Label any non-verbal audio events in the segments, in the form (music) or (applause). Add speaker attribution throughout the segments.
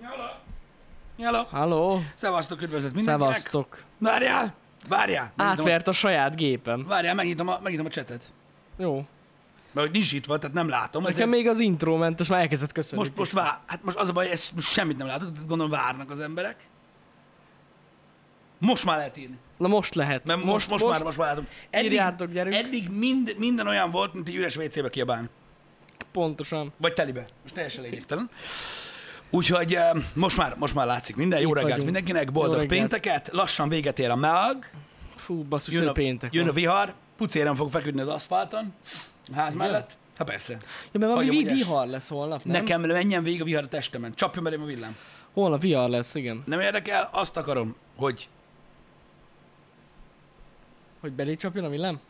Speaker 1: Nyala! Nyala!
Speaker 2: Halló?
Speaker 1: Szevasztok, üdvözlet mindenkinek!
Speaker 2: Szevasztok.
Speaker 1: Várjál! Várjál! Megnyitom
Speaker 2: Átvert a saját gépem.
Speaker 1: A, várjál, megnyitom a, megnyitom a csetet.
Speaker 2: Jó.
Speaker 1: Mert hogy nincs itt van, tehát nem látom.
Speaker 2: Nekem
Speaker 1: Ezért
Speaker 2: még az intro ment, most már elkezdett köszönni.
Speaker 1: most, most, vár, hát most az a baj, ezt most semmit nem látok, tehát gondolom várnak az emberek. Most már lehet írni.
Speaker 2: Na most lehet.
Speaker 1: Nem, most, most, most, már, most már látom.
Speaker 2: Írjátok, gyerünk.
Speaker 1: eddig mind, minden olyan volt, mint egy üres WC-be kiabálni.
Speaker 2: Pontosan.
Speaker 1: Vagy telibe. Most teljesen lényegtelen. Úgyhogy eh, most már, most már látszik minden. Jó
Speaker 2: Itt
Speaker 1: reggelt
Speaker 2: vagyunk.
Speaker 1: mindenkinek,
Speaker 2: Jó
Speaker 1: boldog
Speaker 2: reggelt.
Speaker 1: pénteket, lassan véget ér a meag.
Speaker 2: Fú, basszus,
Speaker 1: Jön
Speaker 2: hogy
Speaker 1: a,
Speaker 2: péntek
Speaker 1: jön a
Speaker 2: van.
Speaker 1: vihar, pucéren fog feküdni az aszfalton, a ház mellett. Hát persze.
Speaker 2: Ja, mert valami
Speaker 1: hagyom,
Speaker 2: vi-
Speaker 1: hogy es.
Speaker 2: vihar lesz holnap, nem?
Speaker 1: Nekem menjen végig a vihar a testemen. Csapjon belém a villám.
Speaker 2: Holnap vihar lesz, igen.
Speaker 1: Nem érdekel, azt akarom, hogy
Speaker 2: Hogy belé csapjon a villám?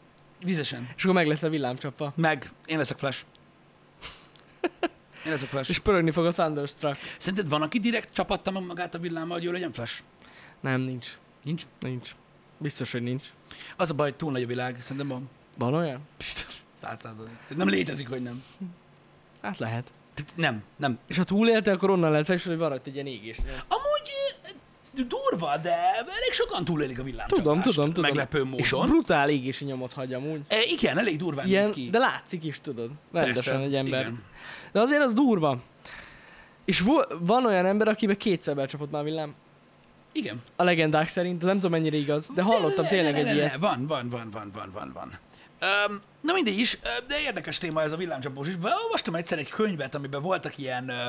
Speaker 1: vizesen.
Speaker 2: És akkor meg lesz a villámcsapva.
Speaker 1: Meg, én leszek flash. Én leszek
Speaker 2: És
Speaker 1: flash.
Speaker 2: pörögni fog a Thunderstruck.
Speaker 1: Szerinted van, aki direkt csapatta meg magát a villámmal, hogy ő legyen flash?
Speaker 2: Nem, nincs.
Speaker 1: Nincs.
Speaker 2: Nincs. Biztos, hogy nincs.
Speaker 1: Az a baj, hogy túl nagy a világ, szerintem van.
Speaker 2: Van olyan?
Speaker 1: Száz százalék. Nem létezik, hogy nem.
Speaker 2: Hát lehet.
Speaker 1: Tehát Nem, nem.
Speaker 2: És ha túlélte, akkor onnan lehet felsorolni, hogy van rajta egy ilyen égés.
Speaker 1: Amúgy eh, durva, de elég sokan túlélik a villámcsapást.
Speaker 2: Tudom, tudom, tudom.
Speaker 1: Meglepő
Speaker 2: És
Speaker 1: módon.
Speaker 2: brutál égési nyomot hagy amúgy.
Speaker 1: E, igen, elég durván Ilyen, néz ki.
Speaker 2: Hát Ilyen, de látszik is, tudod. Rendesen
Speaker 1: Persze,
Speaker 2: egy ember.
Speaker 1: igen.
Speaker 2: De azért az durva. És vo- van olyan ember, akibe kétszer belcsapott már villám.
Speaker 1: Igen.
Speaker 2: A legendák szerint, de nem tudom mennyire igaz, de hallottam
Speaker 1: Ne, ne,
Speaker 2: tényleg
Speaker 1: ne, ne,
Speaker 2: egy
Speaker 1: ne,
Speaker 2: ilyet.
Speaker 1: ne, Van, van, van, van, van, van, van. Um, na mindegy is, ö, de érdekes téma ez a villámcsapós is. Olvastam egyszer egy könyvet, amiben voltak ilyen, ö,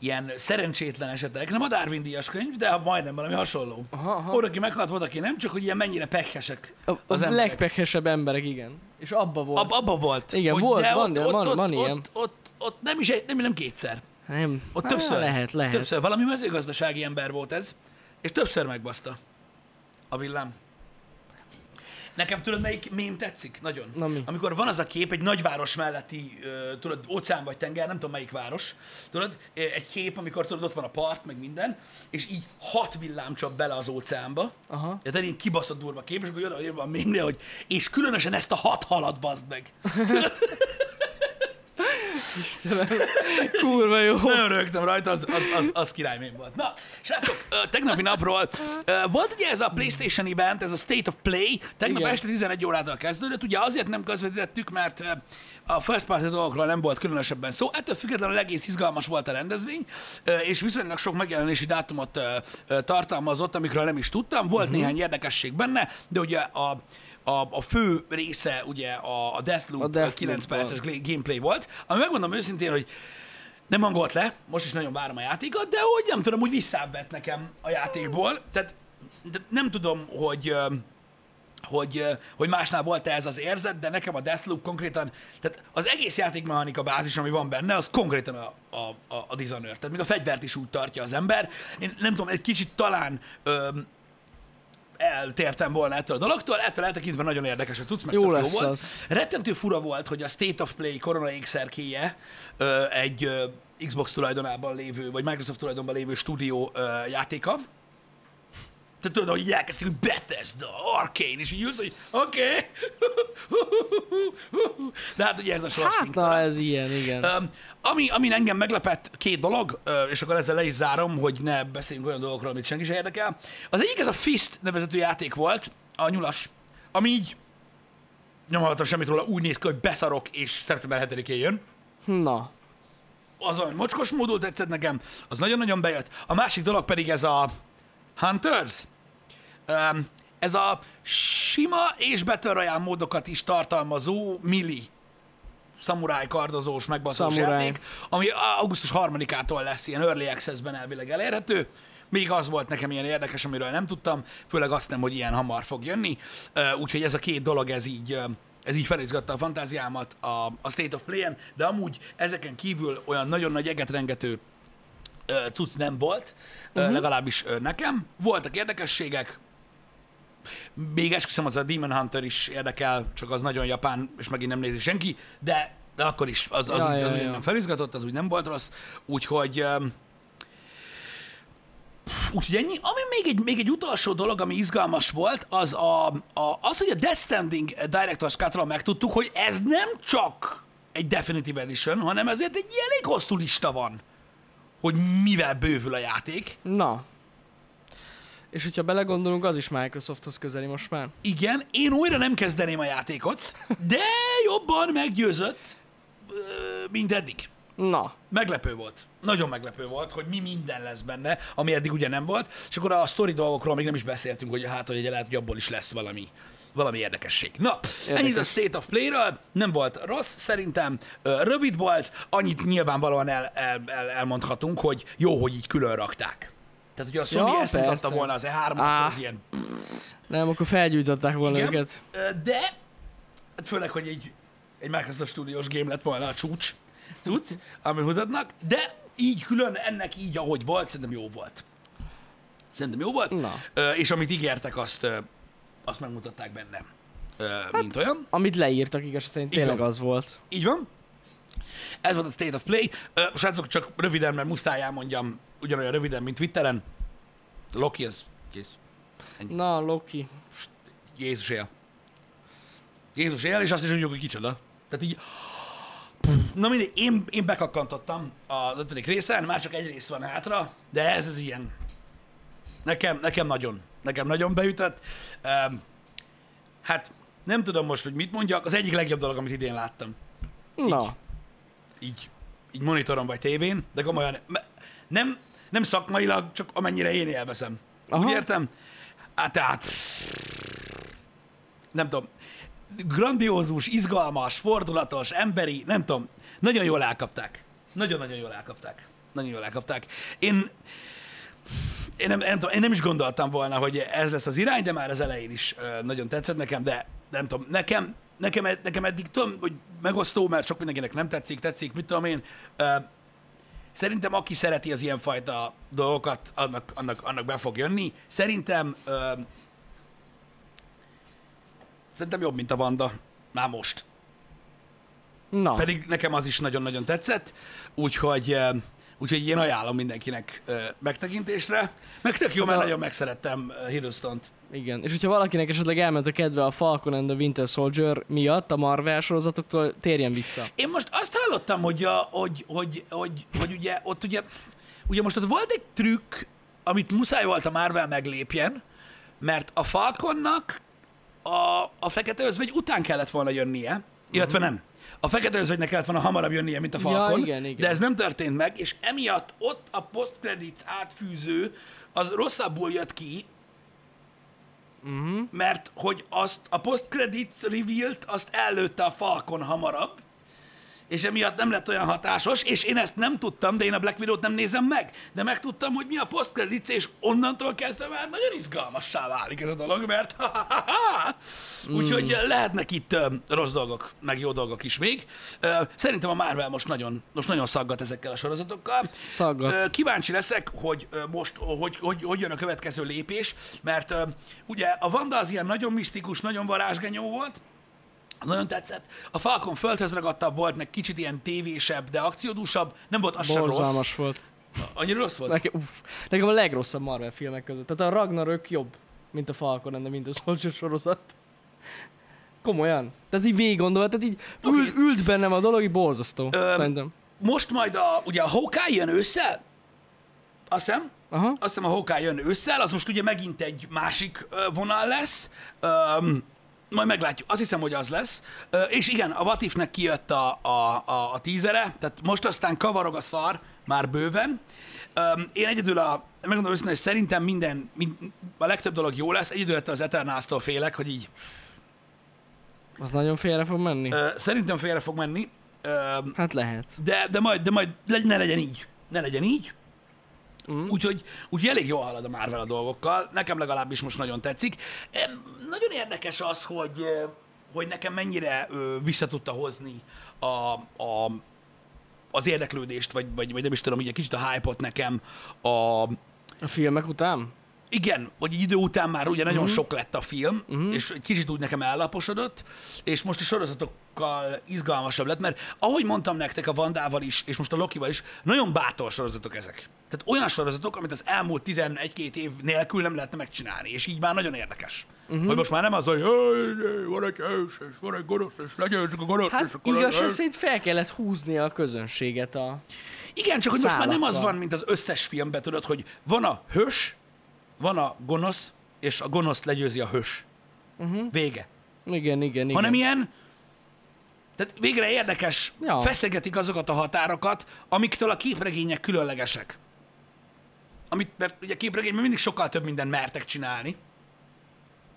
Speaker 1: ilyen szerencsétlen esetek. Nem a Darwin díjas könyv, de majdnem valami hasonló.
Speaker 2: Aha, aha.
Speaker 1: Volt, aki meghalt, volt, aki nem, csak hogy ilyen mennyire pekesek
Speaker 2: A, a
Speaker 1: az emberek.
Speaker 2: legpekhesebb emberek, igen. És abba volt.
Speaker 1: Ab, abba volt.
Speaker 2: Igen,
Speaker 1: hogy-
Speaker 2: volt,
Speaker 1: de
Speaker 2: van,
Speaker 1: ott,
Speaker 2: van-
Speaker 1: ott,
Speaker 2: van
Speaker 1: ott,
Speaker 2: ilyen.
Speaker 1: Ott, ott, ott nem is egy, nem, nem kétszer.
Speaker 2: nem.
Speaker 1: Ott
Speaker 2: Á,
Speaker 1: többször.
Speaker 2: Lehet, lehet.
Speaker 1: Többször. Valami mezőgazdasági ember volt ez, és többször megbaszta a villám. Nekem tudod, melyik mém tetszik? Nagyon.
Speaker 2: Na mi?
Speaker 1: Amikor van az a kép, egy nagyváros melletti, ö, tudod, óceán vagy tenger, nem tudom melyik város, tudod, ö, egy kép, amikor tudod, ott van a part, meg minden, és így hat villám csap bele az óceánba.
Speaker 2: Aha.
Speaker 1: Ja, de én kibaszott durva kép, és akkor jön, jön a mémre, hogy és különösen ezt a hat halat bazd meg.
Speaker 2: Istenem. Kurva jó.
Speaker 1: Nagyon rögtem rajta, az, az, az, az királymém volt. Na, srácok, ö, tegnapi napról ö, volt ugye ez a PlayStation event, ez a State of Play, tegnap
Speaker 2: Igen.
Speaker 1: este 11 órától kezdődött, ugye azért nem közvetítettük, mert ö, a first party dolgokról nem volt különösebben szó, ettől függetlenül egész izgalmas volt a rendezvény, ö, és viszonylag sok megjelenési dátumot ö, ö, tartalmazott, amikről nem is tudtam, volt néhány érdekesség benne, de ugye a a, a fő része ugye a, a Deathloop,
Speaker 2: A
Speaker 1: a
Speaker 2: Deathloop
Speaker 1: 9 perces glé- gameplay volt, ami megmondom őszintén, hogy nem hangolt le, most is nagyon várom a játékot, de hogy nem tudom, úgy visszavett nekem a játékból. Tehát de nem tudom, hogy, ö, hogy, ö, hogy másnál volt ez az érzet, de nekem a Deathloop konkrétan, tehát az egész játékmechanika bázis, ami van benne, az konkrétan a, a, a, a Dishonored. Tehát még a fegyvert is úgy tartja az ember. Én nem tudom, egy kicsit talán ö, eltértem volna ettől a dologtól, ettől eltekintve nagyon érdekes a tudsz, meg
Speaker 2: Jó
Speaker 1: tök
Speaker 2: lesz
Speaker 1: jó volt.
Speaker 2: az.
Speaker 1: Rettentő fura volt, hogy a State of Play korona ékszerkéje ö, egy ö, Xbox tulajdonában lévő, vagy Microsoft tulajdonban lévő stúdió ö, játéka. Tehát tudod, hogy így elkezdték, hogy Bethesda, Arcane, és így ülsz, hogy oké. Okay. De hát ugye ez a
Speaker 2: Hát
Speaker 1: sorsfink
Speaker 2: na, ez ilyen, igen.
Speaker 1: Öm, ami, ami engem meglepett, két dolog, ö, és akkor ezzel le is zárom, hogy ne beszéljünk olyan dolgokról, amit senki sem érdekel. Az egyik ez a Fist nevezetű játék volt, a nyulas, ami így nem hallottam semmit róla, úgy néz ki, hogy beszarok, és szeptember 7-én jön.
Speaker 2: Na.
Speaker 1: Az olyan mocskos módon tetszett nekem, az nagyon-nagyon bejött. A másik dolog pedig ez a Hunters. Öm, ez a sima és Battle Royale módokat is tartalmazó mili szamuráj kardozós megbaszós
Speaker 2: Szamuráj.
Speaker 1: játék, ami augusztus 3-ától lesz ilyen early access-ben elvileg elérhető. Még az volt nekem ilyen érdekes, amiről nem tudtam, főleg azt nem, hogy ilyen hamar fog jönni. Ö, Úgyhogy ez a két dolog, ez így ö, ez így felizgatta a fantáziámat a, a State of Play-en, de amúgy ezeken kívül olyan nagyon nagy eget rengető ö, cucc nem volt,
Speaker 2: Mhm.
Speaker 1: uh-huh. legalábbis ö, nekem. Voltak érdekességek, még esküszöm, az a Demon Hunter is érdekel, csak az nagyon japán, és megint nem nézi senki, de, de akkor is az, az, ja,
Speaker 2: Ja,
Speaker 1: úgy,
Speaker 2: ja,
Speaker 1: az ja, úgy
Speaker 2: ja.
Speaker 1: nem felizgatott, az úgy nem volt rossz, úgyhogy... öm, Úgyhogy ennyi. Ami még egy, még egy utolsó dolog, ami izgalmas volt, az, a, a, az hogy a Death Standing Director's Cut-ról megtudtuk, hogy ez nem csak egy Definitive Edition, hanem ezért egy elég hosszú lista van hogy mivel bővül a játék.
Speaker 2: Na. És hogyha belegondolunk, az is Microsofthoz közeli most már.
Speaker 1: Igen, én újra nem kezdeném a játékot, de jobban meggyőzött, ö, mint eddig.
Speaker 2: Na.
Speaker 1: Meglepő volt. Nagyon meglepő volt, hogy mi minden lesz benne, ami eddig ugye nem volt. És akkor a sztori dolgokról még nem is beszéltünk, hogy hát, hogy egy lehet, hogy abból is lesz valami, valami érdekesség. Na, Érdekes. ennyit a State of Play-ről. Nem volt rossz, szerintem ö, rövid volt. Annyit nyilvánvalóan el, el, el, elmondhatunk, hogy jó, hogy így külön rakták. Tehát, hogyha a Sony
Speaker 2: Ja,
Speaker 1: ja, ezt persze. mutatta
Speaker 2: persze.
Speaker 1: volna az E3,
Speaker 2: Á.
Speaker 1: akkor az ilyen... pff,
Speaker 2: Nem, akkor felgyújtották volna
Speaker 1: igen.
Speaker 2: őket.
Speaker 1: Ö, De, hát főleg, hogy egy, egy Microsoft Studios game lett volna a csúcs, cucc, amit mutatnak, de így külön, ennek így, ahogy volt, szerintem jó volt. Szerintem jó volt,
Speaker 2: Na.
Speaker 1: Ö, és amit ígértek, azt, ö, azt megmutatták benne, Ö, mint olyan.
Speaker 2: Amit leírtak igaz, szerint
Speaker 1: Igen.
Speaker 2: tényleg az volt.
Speaker 1: Így van. Ez volt a State of Play. Ö, Srácok, csak röviden, mert muszáj elmondjam, ugyanolyan röviden, mint Twitteren. Loki, ez kész.
Speaker 2: Na, Loki.
Speaker 1: Jézus él. Jézus él, és azt is mondjuk, hogy kicsoda. Tehát így... Na mindegy, én, én bekakkantottam az ötödik részen, már csak egy rész van hátra, de ez az ilyen. Nekem, nekem nagyon, nekem nagyon beütött. Um, hát nem tudom most, hogy mit mondjak, az egyik legjobb dolog, amit idén láttam.
Speaker 2: Na.
Speaker 1: Így, így monitoron vagy tévén, de komolyan me- nem, nem szakmailag, csak amennyire én élvezem. Aha.
Speaker 2: Aha.
Speaker 1: Úgy értem? Hát tehát... Nem tudom. Grandiózus, izgalmas, fordulatos, emberi, nem tudom. Nagyon jól elkapták. Nagyon-nagyon jól elkapták. Nagyon jól elkapták. Én, én, nem, nem tudom, én nem is gondoltam volna, hogy ez lesz az irány, de már az elején is ö, nagyon tetszett nekem, de nem tudom, nekem, nekem, ed- nekem eddig tudom, hogy megosztó, mert sok mindenkinek nem tetszik, tetszik, mit tudom én. Ö, Szerintem aki szereti az ilyenfajta dolgokat, annak, annak, annak be fog jönni. Szerintem ö, szerintem jobb, mint a Vanda. Már most.
Speaker 2: Na.
Speaker 1: Pedig nekem az is nagyon-nagyon tetszett, úgyhogy, ö, úgyhogy én ajánlom mindenkinek ö, megtekintésre. Meg tök jó, mert
Speaker 2: Hát a-
Speaker 1: nagyon megszerettem ö, Hiddleston-t.
Speaker 2: Igen, és hogyha valakinek esetleg elment a kedve a Falcon and the Winter Soldier miatt, a Marvel sorozatoktól térjen vissza.
Speaker 1: Én most azt hallottam, hogy, a, hogy, hogy, hogy, hogy ugye ott ugye, ugye most ott volt egy trükk, amit muszáj volt a Marvel meglépjen, mert a Falconnak a, a Fekete Özvegy után kellett volna jönnie, illetve nem. A Fekete Özvegynek kellett volna hamarabb jönnie, mint a Falcon,
Speaker 2: Mhm. igen, igen.
Speaker 1: de ez nem történt meg, és emiatt ott a post-credits átfűző az rosszabbul jött ki,
Speaker 2: Mhm.
Speaker 1: mert hogy azt a post-credits reveal-t azt előtte a Falcon hamarabb, és emiatt nem lett olyan hatásos, és én ezt nem tudtam, de én a Black Widow-t nem nézem meg, de megtudtam, hogy mi a post-credits, és onnantól kezdve már nagyon izgalmassá válik ez a dolog, mert ha-ha-ha-ha! Úgyhogy lehetnek itt ö, rossz dolgok, meg jó dolgok is még. Ö, szerintem a Marvel most nagyon, most nagyon szaggat ezekkel a sorozatokkal.
Speaker 2: Szaggat.
Speaker 1: Ö, kíváncsi leszek, hogy ö, most ö, hogy, hogy, hogy jön a következő lépés, mert ö, ugye a Vanda az ilyen nagyon misztikus, nagyon varázsgenyó volt, az nagyon tetszett. A Falcon földhöz ragadtabb volt, meg kicsit ilyen tévésebb, de akciódúsabb. Nem volt az sem rossz.
Speaker 2: Borzalmas volt.
Speaker 1: Annyira rossz volt?
Speaker 2: Nekem, uff, nekem a legrosszabb Marvel filmek között. Tehát a Ragnarök jobb, mint a Falcon and the Winter Soldier sorozat. Komolyan. Tehát így végig gondolod, tehát így ül,
Speaker 1: Oké.
Speaker 2: ült bennem a dolog, így borzasztó. Szerintem.
Speaker 1: Most majd a, ugye a Hawkeye jön ősszel? Azt hiszem,
Speaker 2: Aha.
Speaker 1: azt hiszem a Hawkeye jön ősszel, az most ugye megint egy másik ö, vonal lesz. Öm, majd meglátjuk. Azt hiszem, hogy az lesz. Ö, és igen, a What If-nek kijött a, a, a, a tízere, tehát most aztán kavarog a szar, már bőven. Öm, én egyedül a, megmondom őszintén, hogy szerintem minden, mind, a legtöbb dolog jó lesz, egyedül ettől az Eternals-tól félek, hogy így
Speaker 2: Az nagyon félre fog menni.
Speaker 1: ö, szerintem félre fog menni. Öm,
Speaker 2: Hát lehet.
Speaker 1: de, de majd, de majd legy- ne legyen így. Ne legyen így. Mm. Úgyhogy úgy elég jól halad a Marvel a dolgokkal, nekem legalábbis most nagyon tetszik. Em, Nagyon érdekes az, hogy ö, hogy nekem mennyire ö, vissza tudta hozni a, a, az érdeklődést, vagy, vagy, vagy nem is tudom, ugye kicsit a hype-ot nekem a,
Speaker 2: A filmek után?
Speaker 1: igen, vagy egy idő után már ugye nagyon sok lett a film, és egy kicsit úgy nekem ellaposodott, és most a sorozatokkal izgalmasabb lett, mert ahogy mondtam nektek a Vandával is, és most a Lokival is, nagyon bátor sorozatok ezek. Tehát olyan sorozatok, amit az elmúlt 11-2 év nélkül nem lehetne megcsinálni, és így már nagyon érdekes. Hogy most már nem az, hogy "Hey, hey, van egy hős, és van egy gonosz, és legyőzzük a gonosz, és
Speaker 2: Hát
Speaker 1: akkor az-
Speaker 2: igazság szerint fel kellett húzni a közönséget a...
Speaker 1: igen, csak hogy most már nem az
Speaker 2: szálakkal.
Speaker 1: van, mint az összes filmben, tudod, hogy van a hős, van a gonosz, és a gonosz legyőzi a hős. Uh-huh. Vége.
Speaker 2: Igen, Mhm. igen, igen.
Speaker 1: Hanem ilyen, tehát végre érdekes, ja.
Speaker 2: Ja.
Speaker 1: feszegetik azokat a határokat, amiktől a képregények különlegesek. Amit, mert ugye a képregényben mindig sokkal több mindent mertek csinálni.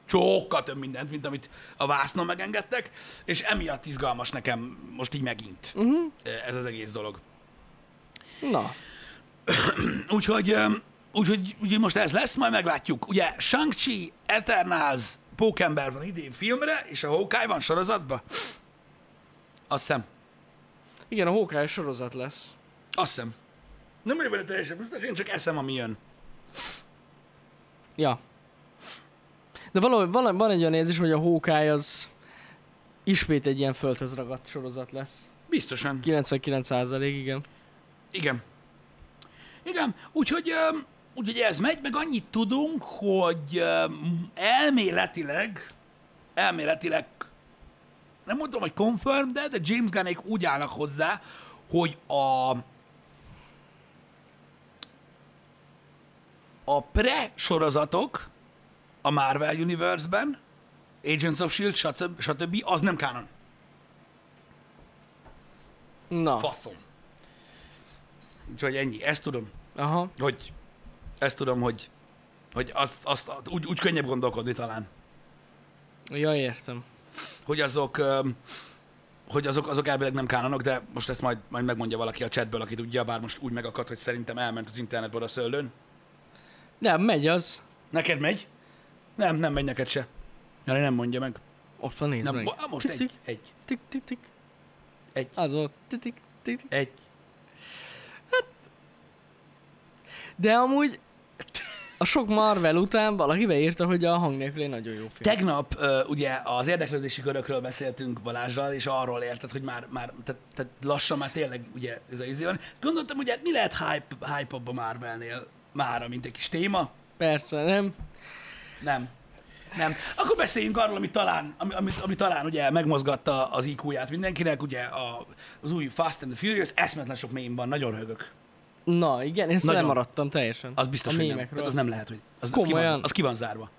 Speaker 1: Sokkal több mindent, mint amit a vásznon megengedtek, és emiatt izgalmas nekem most így megint
Speaker 2: Mhm.
Speaker 1: uh-huh. ez az egész dolog.
Speaker 2: Na,
Speaker 1: Úgyhogy, öm, úgyhogy ugye most ez lesz, majd meglátjuk. Ugye Shang-Chi, Eternals, Pókember van idén filmre, és a Hawkeye van sorozatba. Azt hiszem.
Speaker 2: igen, a Hawkeye sorozat lesz.
Speaker 1: Azt hiszem. Nem vagyok benne teljesen biztos, én csak eszem, ami jön.
Speaker 2: Ja. De valahogy, vala- van egy olyan érzés, hogy a Hawkeye az ismét egy ilyen földhöz ragadt sorozat lesz.
Speaker 1: Biztosan.
Speaker 2: 99% igen.
Speaker 1: Igen. Igen, úgyhogy, öm, úgyhogy ez megy, meg annyit tudunk, hogy öm, elméletileg, elméletileg, nem mondom, hogy confirm, de, de James Gunnék úgy állnak hozzá, hogy a a pre-sorozatok a Marvel Universe-ben, Agents of S.H.I.E.L.D., stb. E stb. az nem kánon.
Speaker 2: Na,
Speaker 1: Faszom. Úgyhogy ennyi, ezt tudom
Speaker 2: aha.
Speaker 1: hogy ezt tudom, hogy, hogy azt, azt úgy, úgy könnyebb gondolkodni talán,
Speaker 2: Ja, értem.
Speaker 1: hogy azok, öm, hogy azok, azok elvileg nem kánonok, de most ezt majd, majd megmondja valaki a chatből, aki tudja, bár most úgy megakadt, hogy szerintem elment az internetből a szőlőn.
Speaker 2: De megy az.
Speaker 1: Neked megy? Nem, nem megy neked se. Jani nem mondja meg.
Speaker 2: Ott van, nézd
Speaker 1: Nem,
Speaker 2: meg.
Speaker 1: mo- hát most egy,
Speaker 2: Tik-tik,
Speaker 1: egy,
Speaker 2: tik-tik-tik.
Speaker 1: Egy.
Speaker 2: Az volt. Tik-tik, tik-tik.
Speaker 1: egy.
Speaker 2: De amúgy a sok Marvel után valaki beírta, hogy a hang nélkül egy nagyon jó film.
Speaker 1: Tegnap ö, ugye az érdeklődési körökről beszéltünk Balázsral, és arról érted, hogy már, már tehát, tehát lassan már tényleg ugye ez a izé van. Gondoltam, hogy hát mi lehet hype, hype a Marvelnél mára, mint egy kis téma?
Speaker 2: Persze, nem?
Speaker 1: Nem. Nem. Akkor beszéljünk arról, ami talán, ami, ami, ami talán ugye megmozgatta az IQ-ját mindenkinek, ugye a, az új Fast and the Furious, eszmetlen sok mém van, nagyon rögök.
Speaker 2: Na, igen, én
Speaker 1: Nagyon.
Speaker 2: nem maradtam teljesen.
Speaker 1: Az biztos,
Speaker 2: a
Speaker 1: hogy nem.
Speaker 2: mémekről.
Speaker 1: Tehát az nem lehet, hogy az, az, ki, van,
Speaker 2: Komolyan?
Speaker 1: az ki van zárva.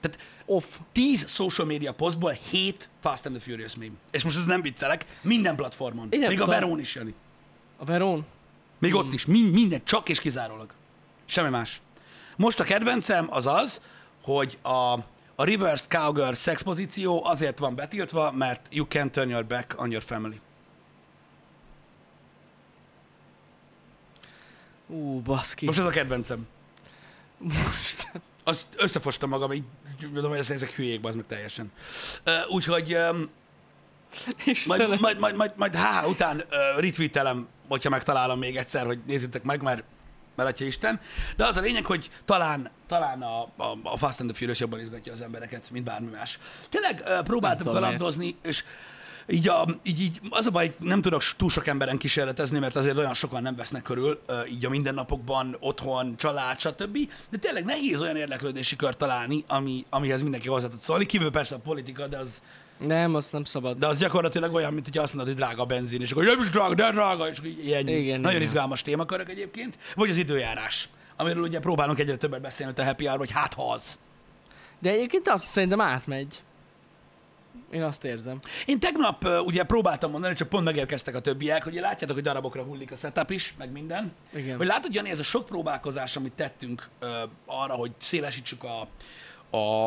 Speaker 1: Tehát
Speaker 2: Off.
Speaker 1: 10 social media posztból 7 Fast and the Furious meme. És most ez nem viccelek, minden platformon.
Speaker 2: Én nem
Speaker 1: Még a
Speaker 2: tudom.
Speaker 1: Verón is, Jani.
Speaker 2: A Verón?
Speaker 1: Még ott is. Mind, minden, csak és kizárólag. Semmi más. Most a kedvencem az az, hogy a, a reversed cowgirl szexpozíció azért van betiltva, mert you can turn your back on your family.
Speaker 2: Ú, baszki.
Speaker 1: Most ez a kedvencem.
Speaker 2: Most.
Speaker 1: Azt összefostam magam, így tudom, hogy ezek hülyék, az meg teljesen. Ö, Úgyhogy öm,
Speaker 2: Istenem.
Speaker 1: majd, majd, majd, majd, majd há, után uh, retweetelem, hogyha megtalálom még egyszer, hogy nézzétek meg, mert mert atya Isten. De az a lényeg, hogy talán, talán a, a, a Fast and the Furious jobban izgatja az embereket, mint bármi más. Tényleg uh, próbáltam
Speaker 2: tudom, miért.
Speaker 1: kalandozni, és így, a, így, így az a baj, hogy nem tudok túl sok emberen kísérletezni, mert azért olyan sokan nem vesznek körül, uh, így a mindennapokban, otthon, család, stb. De tényleg nehéz olyan érdeklődési kört találni, ami, amihez mindenki hozzá tud szólni, kívül persze a politika, de az,
Speaker 2: Nem, azt nem szabad.
Speaker 1: de az gyakorlatilag olyan, mint hogy azt mondod, hogy drága a benzin, és akkor nem is drága, de drága, és ilyen.
Speaker 2: Igen,
Speaker 1: Nagyon
Speaker 2: igen.
Speaker 1: izgalmas témakörök egyébként. Vagy az időjárás, amiről ugye próbálunk egyre többet beszélni ott a happy hour, hogy hát ha az.
Speaker 2: De egyébként azt szerintem átmegy. Én azt érzem.
Speaker 1: Én tegnap ö, ugye próbáltam mondani, csak pont megérkeztek a többiek, hogy látjátok, hogy darabokra hullik a setup is, meg minden.
Speaker 2: Igen.
Speaker 1: Hogy látod, Jani, ez a sok próbálkozás, amit tettünk ö, arra, hogy szélesítsük a, a,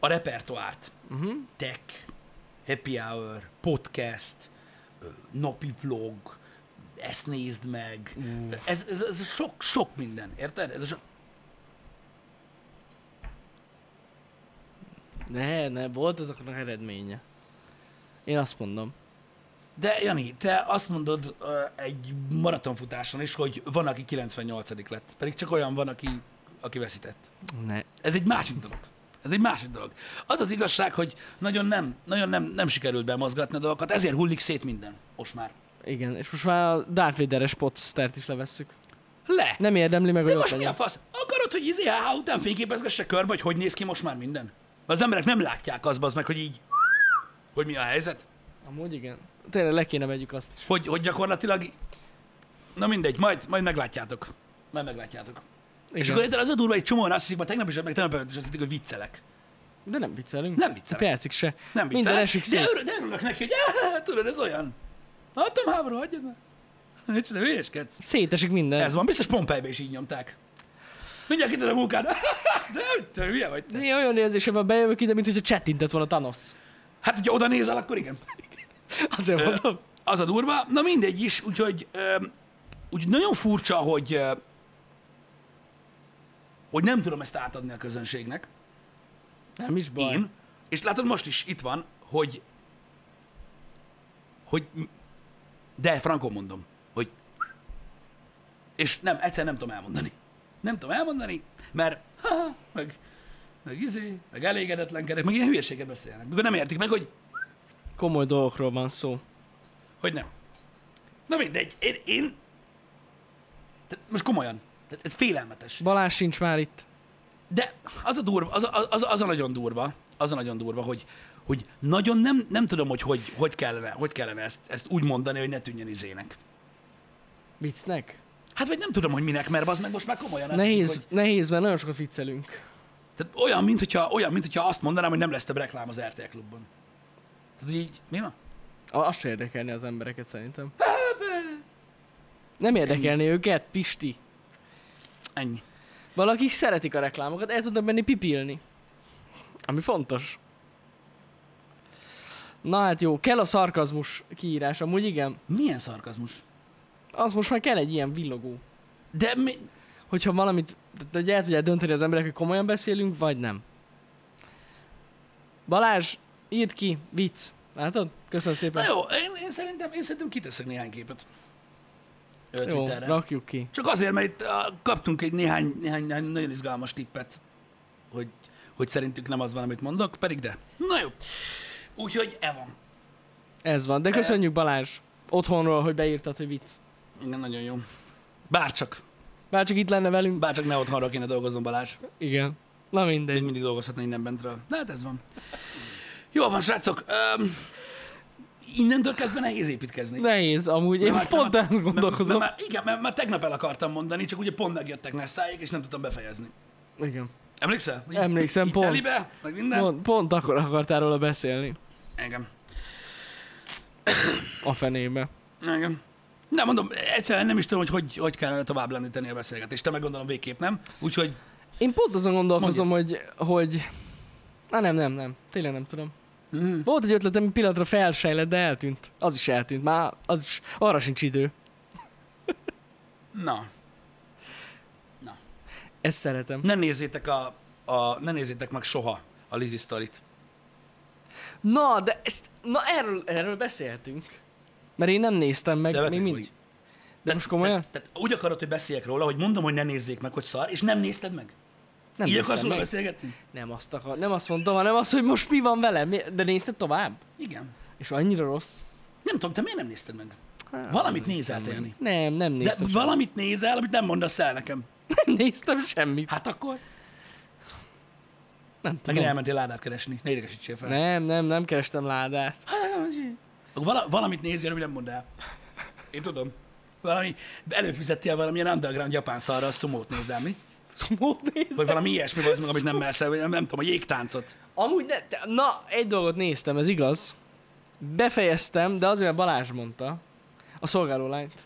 Speaker 1: a repertoárt. Uh-huh. Tech, happy hour, podcast, ö, napi vlog, ezt nézd meg. Ez, ez, ez sok, sok minden, érted? Ez a sok...
Speaker 2: Ne, ne, volt azoknak eredménye. Én azt mondom.
Speaker 1: De Jani, te azt mondod ö, egy maratonfutáson is, hogy van, aki 98 lett. Pedig csak olyan van, aki aki veszített.
Speaker 2: Ne.
Speaker 1: Ez egy másik dolog. Ez egy másik dolog. Az az igazság, hogy nagyon nem, nagyon nem, nem sikerült bemozgatni a dolgokat, ezért hullik szét minden most már.
Speaker 2: Igen, és most már a Darth Vader-es potsztert is levesszük.
Speaker 1: Le!
Speaker 2: Nem érdemli meg, hogy
Speaker 1: De
Speaker 2: ott
Speaker 1: most mi a
Speaker 2: legyen.
Speaker 1: fasz? Akarod, hogy izé HH után fényképezgesse körbe, hogy hogy néz ki most már minden? Az emberek nem látják azt, az meg, hogy így, hogy mi a helyzet.
Speaker 2: Amúgy igen. Tényleg le kéne vegyük azt is.
Speaker 1: Hogy, hogy gyakorlatilag, na mindegy, majd, majd meglátjátok. Majd meglátjátok. Igen.
Speaker 2: Igen.
Speaker 1: És akkor érted, az a durva, egy csomóan azt hiszik, ma tegnap is, meg tegnap előtt is azt hiszik, hogy viccelek.
Speaker 2: De nem viccelünk.
Speaker 1: Nem viccelek.
Speaker 2: Percig se.
Speaker 1: Nem viccelek.
Speaker 2: Minden esik
Speaker 1: de,
Speaker 2: szét.
Speaker 1: örül, de örülök neki, hogy áh, tudod, ez olyan. Adtam háború, hagyjad már. (laughs) Nincs, de hülyeskedsz.
Speaker 2: Szétesik minden.
Speaker 1: Ez van, biztos Pompejbe is így nyomták. Mindjárt kitör a munkád. (laughs) De te hülye vagy te.
Speaker 2: Néha olyan érzésem van, bejövök ide, mint hogyha csettintett volna Thanos.
Speaker 1: Hát, hogyha oda nézel, akkor igen.
Speaker 2: Azért mondom.
Speaker 1: az a durva. Na mindegy is, úgyhogy öm, úgy nagyon furcsa, hogy ö, hogy nem tudom ezt átadni a közönségnek.
Speaker 2: Nem is baj.
Speaker 1: Én. És látod, most is itt van, hogy hogy de frankon mondom, hogy és nem, egyszer nem tudom elmondani. Nem tudom elmondani, mert ha, ha, meg, meg izé, meg elégedetlenkedek, meg ilyen hülyeséget beszélnek. Mikor nem értik meg, hogy
Speaker 2: Komoly dolgokról van szó.
Speaker 1: Hogy nem. Na mindegy, én... én... Tehát most komolyan. Tehát ez félelmetes.
Speaker 2: Balázs sincs már itt.
Speaker 1: De az a durva, az a, az, a- az a nagyon durva, az a nagyon durva, hogy, hogy nagyon nem, nem tudom, hogy hogy, hogy kellene, hogy kellene ezt, ezt úgy mondani, hogy ne tűnjön izének.
Speaker 2: Viccnek?
Speaker 1: Hát vagy nem tudom, hogy minek, mert az meg most már komolyan. azt
Speaker 2: Nehéz,
Speaker 1: hiszik,
Speaker 2: nehéz, mert nagyon sokat viccelünk.
Speaker 1: hogy, tehát olyan, mint hogyha, olyan, mint hogyha azt mondanám, hogy nem lesz több reklám az RTL klubban. Tehát így, mi van?
Speaker 2: A- Azt se érdekelni az embereket szerintem. Nem érdekelni őket, Pisti.
Speaker 1: Ennyi.
Speaker 2: Valaki szeretik a reklámokat, el tudnak menni pipilni. Ami fontos. Na hát jó, kell a szarkazmus kiírás, amúgy igen.
Speaker 1: Milyen szarkazmus?
Speaker 2: Az most már kell egy ilyen villogó.
Speaker 1: De mi,
Speaker 2: Hogyha valamit, tehát hogy el tudják dönteni az emberek, hogy komolyan beszélünk, vagy nem. Balázs, írd ki, vicc. Látod? Köszönöm
Speaker 1: Na
Speaker 2: szépen.
Speaker 1: jó, én, én szerintem, én szerintem kiteszek néhány képet. Ö,
Speaker 2: jó
Speaker 1: Twitterre.
Speaker 2: rakjuk ki.
Speaker 1: Csak azért, mert itt, ah, kaptunk egy néhány, néhány, néhány nagyon izgalmas tippet, hogy, hogy szerintük nem az van, amit mondok, pedig de. Na jó. Úgyhogy e van.
Speaker 2: Ez van, de köszönjük Balázs otthonról, hogy beírtad, hogy vicc.
Speaker 1: Igen, nagyon jó. Bárcsak.
Speaker 2: Bár csak itt lenne velünk.
Speaker 1: Bárcsak ne otthonra kéne dolgoznom, Balázs.
Speaker 2: Igen. Na
Speaker 1: Még
Speaker 2: mindegy.
Speaker 1: mindig dolgozhatna innen bentről. De hát ez van. Jó van, srácok. Um, innentől kezdve nehéz építkezni.
Speaker 2: Nehéz amúgy, én
Speaker 1: Mert
Speaker 2: most
Speaker 1: már-
Speaker 2: pont
Speaker 1: mert-
Speaker 2: ezt
Speaker 1: Mert,
Speaker 2: gondolkozom.
Speaker 1: mert, már- igen, mert már tegnap el akartam mondani, csak ugye pont megjöttek Nessáig, és nem tudtam befejezni.
Speaker 2: Igen.
Speaker 1: Emlékszel? Így-
Speaker 2: Emlékszem,
Speaker 1: így
Speaker 2: pont.
Speaker 1: Telibe, meg minden.
Speaker 2: Pont, pont akkor akartál róla beszélni.
Speaker 1: Engem.
Speaker 2: A fenébe.
Speaker 1: Engem. Nem mondom, egyszerűen nem is tudom, hogy hogy, hogy kellene tovább lendíteni a beszélgetést. Te meg gondolom végképp nem. Úgyhogy
Speaker 2: Én pont azon gondolkozom, hogy, hogy... Na nem, nem, nem. Tényleg nem tudom.
Speaker 1: Mhm.
Speaker 2: Volt egy ötletem, ami pillanatra felsejlett, de eltűnt. Az is eltűnt. Már az is, arra sincs idő.
Speaker 1: na,
Speaker 2: Ezt szeretem.
Speaker 1: ne nézzétek, a, a, ne nézzétek meg soha a Lizzy sztorit.
Speaker 2: Na, de ezt, na erről, erről beszéltünk. Mert én nem néztem meg,
Speaker 1: De
Speaker 2: még
Speaker 1: beteg
Speaker 2: mindig.
Speaker 1: vagy.
Speaker 2: De most komolyan?
Speaker 1: Te, tehát úgy akarod, hogy beszéljek róla, hogy mondom, hogy ne nézzék meg, hogy szar, és nem nézted meg?
Speaker 2: Nem
Speaker 1: Így
Speaker 2: néztem
Speaker 1: akarsz róla
Speaker 2: meg.
Speaker 1: beszélgetni?
Speaker 2: Nem azt akar, nem azt mondtam, hanem azt, hogy most mi van velem. Mi- De nézted tovább?
Speaker 1: Igen.
Speaker 2: És annyira rossz.
Speaker 1: Nem tudom, te miért nem nézted meg?
Speaker 2: Hát,
Speaker 1: Valamit
Speaker 2: nem
Speaker 1: nézel,
Speaker 2: néztem
Speaker 1: te,
Speaker 2: meg.
Speaker 1: Jani.
Speaker 2: Nem, nem
Speaker 1: De
Speaker 2: néztem. semmit.
Speaker 1: valamit nézel, amit nem mondasz el nekem.
Speaker 2: Nem néztem semmit.
Speaker 1: Hát akkor?
Speaker 2: Nem tudom.
Speaker 1: Megint elmentél ládát keresni. Ne idegesítsél fel.
Speaker 2: Nem, nem, nem kerestem ládát.
Speaker 1: Hát, Akkor vala, valamit nézzél, ami nem mond el. Én tudom. Valami, előfizettél valamilyen underground japán szarra, a szumót nézel, mi?
Speaker 2: Szomót néztem.
Speaker 1: Vagy valami ilyesmi az meg, amit nem mersz el, vagy nem, nem tudom, a jégtáncot.
Speaker 2: Amúgy ne, te, na, egy dolgot néztem, ez igaz. Befejeztem, de azért, mert Balázs mondta. A szolgáló lányt.